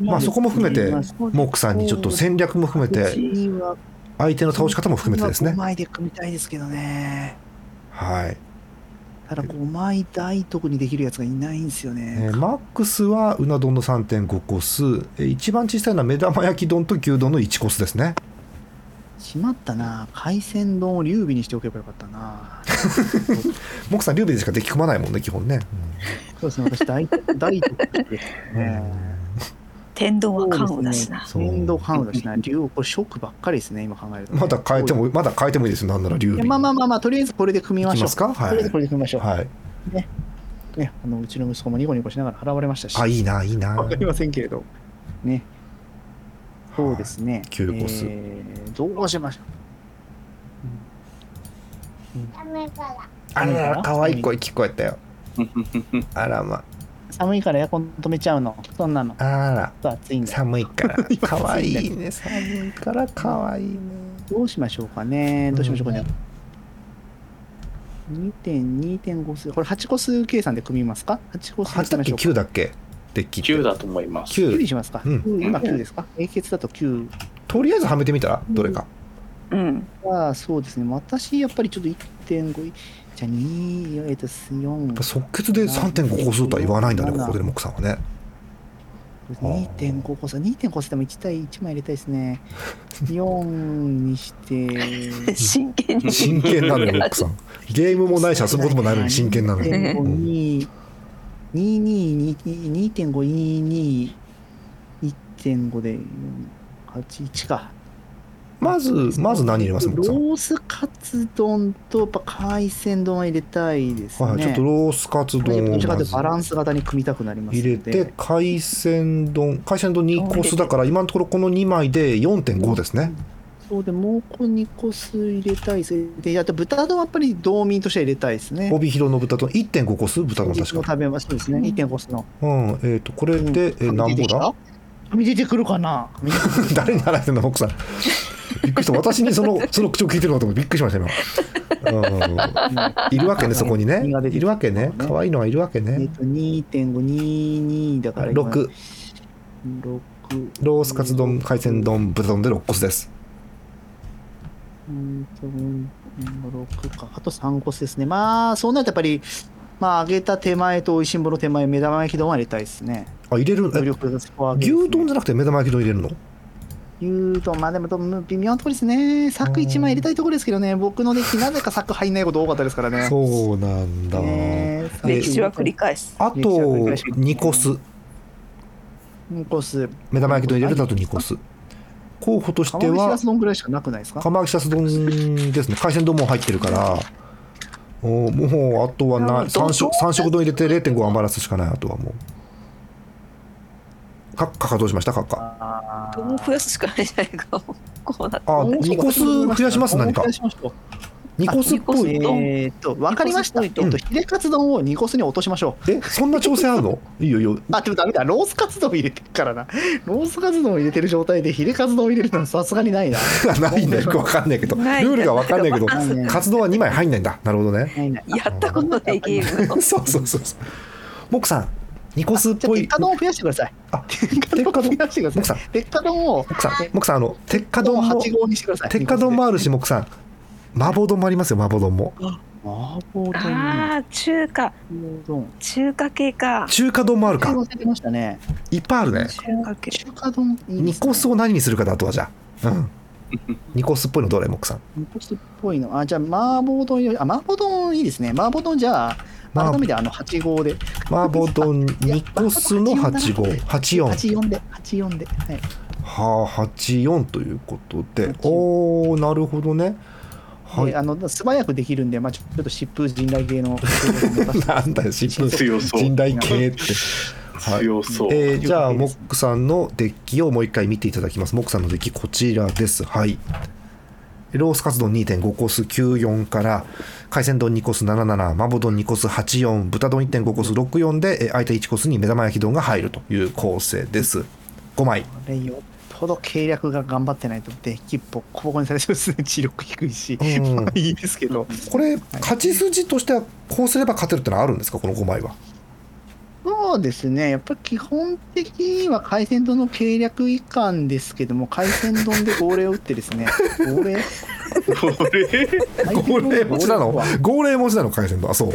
Speaker 1: まあそこも含めてモックさんにちょっと戦略も含めて相手の倒し方も含めてですね
Speaker 2: 5枚で組みたいですけどね
Speaker 1: はい、
Speaker 2: ただ5枚大得にできるやつがいないんですよ
Speaker 1: え
Speaker 2: ね
Speaker 1: ーマックスはうな丼の3.5コスえー一番小さいのは目玉焼き丼と牛丼の1コスですね
Speaker 2: しまったな海鮮丼を劉備にしておけばよかったな
Speaker 1: モックさん劉備でしかデッキ組まないもんね基本ね、
Speaker 2: そうですね、私大、 大として、
Speaker 1: うん
Speaker 2: ね、
Speaker 4: 天丼は缶を出しな。
Speaker 1: そう
Speaker 2: 天丼半をだしな、竜王、これ、ショックばっかりですね、今考えると、ね。
Speaker 1: まだ変えてもまだ変えてもいいですよなんなら劉
Speaker 2: いや。
Speaker 1: 備
Speaker 2: まあまあまあまあ、とりあえずこれで組みま
Speaker 1: い
Speaker 2: し
Speaker 1: き
Speaker 2: ょ
Speaker 1: ま
Speaker 2: う。
Speaker 1: すかは
Speaker 2: とりあえずこ
Speaker 1: い、
Speaker 2: れで組みましょう。
Speaker 1: はい、
Speaker 2: ね、あのうちの息子もニコニコしながら現れましたし、
Speaker 1: あいいないいな
Speaker 2: わかりませんけれど。ね。そうですね。
Speaker 1: 九個数
Speaker 2: えーどうしましょ
Speaker 1: あらら可愛い声聞こえた よあらま
Speaker 2: う。寒いからエアコン止めちゃうの。そんなの。ちょ
Speaker 1: あら
Speaker 2: っと暑いんだ。
Speaker 1: 寒い から可愛いね寒いから可愛いね
Speaker 2: どうしましょうかね。どうしましょうかね。2.2.5数これ8個数計算で組みますか ?8 個数
Speaker 1: 8だっけ
Speaker 2: 9
Speaker 1: 9だっけデッキって
Speaker 3: 9だと思います。
Speaker 2: 9
Speaker 1: 9
Speaker 2: にしますか、
Speaker 1: うん
Speaker 2: 9今9ですか英傑だと9
Speaker 1: とりあえずはめてみたらどれか、
Speaker 4: うん。
Speaker 2: はそうですね私やっぱりちょっと1.5じゃあ2えっと4
Speaker 1: やっぱ即決で3.5個数とは言わないんだね、ここでね、モックさんはね。
Speaker 2: 2.5こそ2.5こそでも1対1枚入れたいで すね4にして
Speaker 4: 真剣に。
Speaker 1: 真剣なのよ、モックさん。ゲームもないし、遊ぶこともないのに真剣なのよ。
Speaker 2: 2.5 2 2 2 5 2.5で81か
Speaker 1: まず、まず何入れます、モッ
Speaker 2: ロ
Speaker 1: クさん。
Speaker 2: ースカツ丼とやっぱ海鮮丼は入れたいですね、
Speaker 1: はい、ちょっとロースカツ
Speaker 2: ど
Speaker 1: 丼を
Speaker 2: っちか
Speaker 1: ま
Speaker 2: というとバラ
Speaker 1: ず
Speaker 2: ンス型に組みたくなりますの
Speaker 1: 入れ
Speaker 2: で
Speaker 1: て、海鮮丼、海鮮丼2コスだから、今のところこの2枚で4.5ですね。
Speaker 2: そうでもうこ2個数入れたいですであと豚丼はやっぱり道民としては入れたいですね
Speaker 1: 帯広の豚丼、1.5コス豚丼確か。
Speaker 2: 食べまそうですね1.5数の
Speaker 1: うん、えっ、と、これで、え何本
Speaker 2: 出てきた
Speaker 1: だ
Speaker 2: はみ出てくるかな
Speaker 1: 誰に習ってんだ、モックさん。 びっくりした。私にその、その口を聞いてるのかと思ってびっくりしました、今。うん。いるわけね、そこにね
Speaker 2: 身が出。て
Speaker 1: い
Speaker 2: き
Speaker 1: る
Speaker 2: た
Speaker 1: わけね。可愛いのはいるわけ
Speaker 2: え
Speaker 1: ね
Speaker 2: っ。と2.522だから今
Speaker 1: 6、
Speaker 2: 六
Speaker 1: ロースカツ丼、海鮮丼、豚丼で6個スです。
Speaker 2: うんとうん6かあと3個数ですねまあそうなるとやっぱりまあ揚げた手前と美味しんぼの手前目玉焼き丼は入れたいですね
Speaker 1: あ、入れる
Speaker 2: 努
Speaker 1: え
Speaker 2: 力がそこは上げですね
Speaker 1: 牛丼じゃなくて目玉焼き丼入れるの
Speaker 2: 牛丼まあでもど微妙なところですね柵1枚入れたいところですけどね僕のデッキなぜか柵入んないこと多かったですからね
Speaker 1: そうなんだ。
Speaker 2: ねえ
Speaker 4: 歴史は繰り返す。
Speaker 1: あと
Speaker 2: 歴史は繰り返しますね
Speaker 1: 2コス。
Speaker 2: ニコス。
Speaker 1: 目玉焼き丼入れるだと2コース候補として
Speaker 2: 釜飯
Speaker 1: は
Speaker 2: はそのぐらいしかなくないですか
Speaker 1: 釜揚げしらす丼ですね海鮮丼も入ってるからおもうあとはない
Speaker 4: あの
Speaker 1: 三
Speaker 4: ど
Speaker 1: 色三色丼入れて0.5余らすしかないあとはもうカッカカどうしましたカッカ
Speaker 2: あ
Speaker 4: どうも増やすしかないじゃないかもうこうなって
Speaker 1: あ2コース増やします何か
Speaker 2: 増やしましょう
Speaker 1: 2コースっぽ
Speaker 4: あ二コース
Speaker 1: い
Speaker 4: え丼
Speaker 2: えーっと、わかりました。
Speaker 4: うん
Speaker 2: えーっと、ヒレカツ丼を2コースに落としましょう。
Speaker 1: えそんな調整あるのいいよいい よ
Speaker 2: あ、でもダメだ。ロースカツ丼入れてるからな。ロースカツ丼を入れてる状態でヒレカツ丼を入れるのはさすがにないな。
Speaker 1: ないんだよくわかんないけどル
Speaker 4: ないんだ
Speaker 1: ールがわかんないけど
Speaker 2: ないね
Speaker 1: 活動は2枚入んないんだなるほど ね
Speaker 2: ないない。
Speaker 4: やったことないゲームの
Speaker 1: そうそうそうそうモクさん2コースっ
Speaker 2: じゃあ、
Speaker 1: ぽい
Speaker 2: 鉄火丼を増やしてください。
Speaker 1: あ
Speaker 2: 鉄火丼を増やしてください。鉄火丼を、
Speaker 1: モクさんモクさんあの鉄火
Speaker 2: 丼を
Speaker 1: 丼も
Speaker 2: 8号にしてください。
Speaker 1: 鉄火丼もあるしモクさん麻婆丼もありますよ麻婆丼も
Speaker 2: 麻婆丼。麻
Speaker 4: ああ中華
Speaker 2: 婆丼。
Speaker 4: 中華系か
Speaker 1: 中華丼もある
Speaker 2: 中
Speaker 1: か
Speaker 2: 華出てましたね。
Speaker 1: いっぱいあるね
Speaker 4: 中華系
Speaker 2: 中華丼いいで
Speaker 1: 2
Speaker 2: すね
Speaker 1: コースを何にするかだあとはじゃあうん2コースっぽいのどれモクさん
Speaker 2: 煮干しっぽいの。あ、じゃあ、麻婆丼より、あ、麻婆丼いいですね。麻婆丼じゃあ、
Speaker 1: 麻
Speaker 2: 改めてあの8号で。
Speaker 1: 麻婆丼2コースの8584
Speaker 2: 84で、84で。はい。
Speaker 1: はあ84ということでおおなるほどねは
Speaker 2: であの素早くできるんで、まあ、ちょっと疾風陣雷 系の。
Speaker 1: い なんだよ新聞
Speaker 3: 強そう
Speaker 1: 信頼系ってはい
Speaker 3: 強そう、
Speaker 1: えーじゃあ
Speaker 2: 了解で
Speaker 1: モ
Speaker 2: す
Speaker 1: ックさんのデッキをもう一回見ていただきますモックさんのデッキこちらですはいロースカツ丼2.5コース94から海鮮丼2コース77麻婆丼2コース84豚丼1.5コース64で、えー空いた1コースに目玉焼き丼が入るという構成です5枚
Speaker 2: これよっぽど計略が頑張ってないと、デッキボッコボコにされそうですね。知力低いし。
Speaker 1: うん
Speaker 2: まあいいですけど。
Speaker 1: これ勝ち筋としてはこうすれば勝てるってのはあるんですかこの5枚は
Speaker 2: そうですね。やっぱり基本的には海鮮丼の計略以下ですけども、海鮮丼で号令を打ってです ね。号令
Speaker 3: これ
Speaker 1: 号令持ちなの号令持ちなの海鮮丼あそう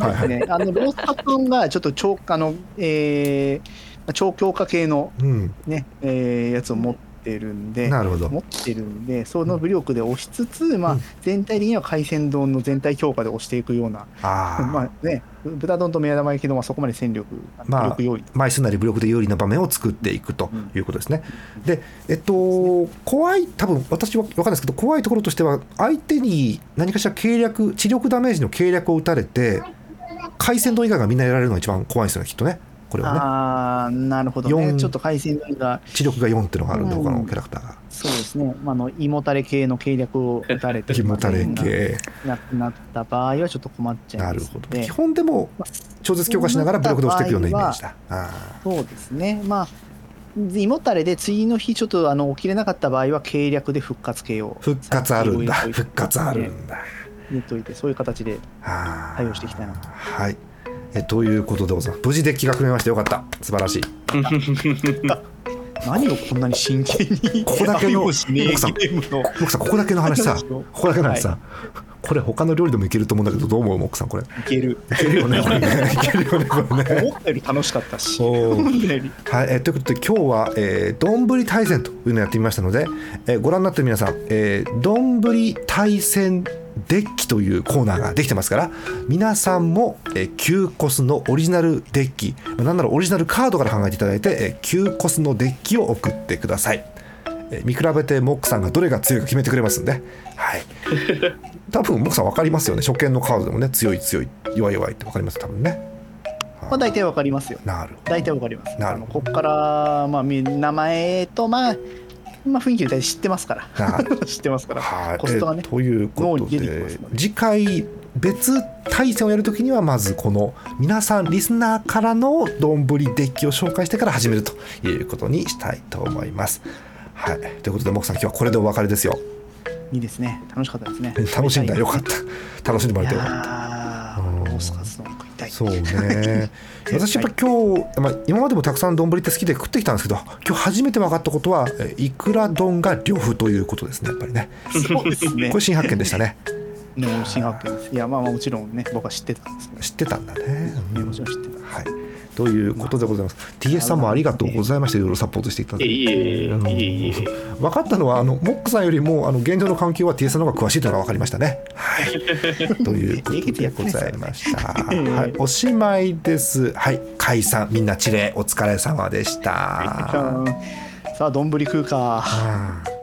Speaker 1: はいはい
Speaker 2: ね、あのロースカツ丼がちょっと超あの、えーまあ、超強化系の、
Speaker 1: うん
Speaker 2: ねえーやつを持ってるんで
Speaker 1: なるほど
Speaker 2: 持ってるんでその武力で押しつつ、まあ、全体的には海鮮丼の全体強化で押していくような、
Speaker 1: あー
Speaker 2: まあね、豚丼と目玉焼き丼はそこまで戦力、
Speaker 1: まあ
Speaker 2: 武力用意
Speaker 1: 枚数なり武力で有利な場面を作っていくということですね。で、えっと、怖い、多分私は分かんないですけど、怖いところとしては、相手に何かしら計略、知力ダメージの計略を打たれて、海鮮丼以外がみんなやられるのが一番怖いですよね、きっとね、これはね。
Speaker 2: ああなるほどね
Speaker 1: 四
Speaker 2: ちょっと海鮮丼が
Speaker 1: 知力が4っていうのがあるんで、
Speaker 2: うん
Speaker 1: 他のキャラクターが。
Speaker 2: そうですね、まあ、あの胃もたれ系の計略を打たれて
Speaker 1: ひもたれ系。
Speaker 2: なくなった場合はちょっと困っちゃ
Speaker 1: ないる
Speaker 2: ます
Speaker 1: ほ
Speaker 2: の
Speaker 1: ど。
Speaker 2: で
Speaker 1: 基本でも、超絶強化しながら武力で押していくようなイメージだ。あ
Speaker 2: そうですね、まあ、胃もたれで次の日、ちょっとあの起きれなかった場合は、計略で復活系を
Speaker 1: ー復活あるんだ。
Speaker 2: 先に
Speaker 1: 復活あるんだ。
Speaker 2: 入れといて、そういう形で
Speaker 1: あ
Speaker 2: 対応していきたいな
Speaker 1: ーはい。えということでございます。無事デッキが組めましてよかった。素晴らしい。
Speaker 2: 何をこんなに真剣に、
Speaker 1: ここだけの
Speaker 2: 対応しねえ
Speaker 1: 奥さん
Speaker 2: ゲームの
Speaker 1: モクさんここだけの話さ
Speaker 2: ここだけ
Speaker 1: ここだけ
Speaker 2: の話を
Speaker 1: の話さ、
Speaker 2: は
Speaker 1: これ他の料理でもいけると思うんだけどどう思うモクさんこれい
Speaker 2: いける、
Speaker 1: けるよねこれねいけるよねこ れね
Speaker 2: 思ったより楽しかったし、
Speaker 1: おー
Speaker 2: 思ったより
Speaker 1: はい、えーということで今日は「えー丼、対戦」というのをやってみましたので、えーご覧になってる皆さん「えー丼、対戦デッキ」というコーナーができてますから皆さんも、えー、キューコスのオリジナルデッキまあなんならオリジナルカードから考えていただいて、えーキューコスのデッキを送ってください、えー見比べてモックさんがどれが強いか決めてくれますんで、はい、多分モックさん分かりますよね初見のカードでもね強い強い弱い弱いって分かります多分ね
Speaker 2: まあ、大体わかりますよ、
Speaker 1: なるほど
Speaker 2: 大体わかります。
Speaker 1: な
Speaker 2: あ
Speaker 1: るほ
Speaker 2: の
Speaker 1: ど
Speaker 2: ここから、まあ、み名前と、まあ、まあ、雰囲気で大体知ってますから、
Speaker 1: なる
Speaker 2: 知ってますから、
Speaker 1: はい、
Speaker 2: コストがね
Speaker 1: えーということ
Speaker 2: 脳に出てきま
Speaker 1: です
Speaker 2: ので
Speaker 1: 次回別対戦をやるときにはまずこの皆さんリスナーからの丼デッキを紹介してから始めるということにしたいと思います。はい、ということでモクさん今日はこれでお別れですよ。
Speaker 2: いいですね、楽しかったですね。
Speaker 1: 楽しんだよかった楽しんでも
Speaker 2: い
Speaker 1: らえ
Speaker 2: や
Speaker 1: てよかった。
Speaker 2: ーロースカツ丼食いたい。
Speaker 1: そうね私やっぱ今日、まあ、今までもたくさん丼って好きで食ってきたんですけど今日初めて分かったことはえいくら丼が両夫ということですねやっぱりね
Speaker 2: そうですね
Speaker 1: これ。新発見でしたね
Speaker 2: の新発見です。いや、まあまあもちろんね、僕は知ってたんですけど
Speaker 1: 知ってたんだね、うん
Speaker 2: ね。もちろん知ってた。
Speaker 1: はい、ということでございます。TS さんもありがとうございました。いろいろサポートしていただいて。
Speaker 3: いえいえいえいえ
Speaker 1: 分かったのはあのモックさんよりもあの現状の環境は TS の方が詳しいというのが分かりましたね。はい、ということでございました。はい、おしまいです。はい、解散みんなチレお疲れ様でした。
Speaker 2: さあ、丼食うか。
Speaker 1: あー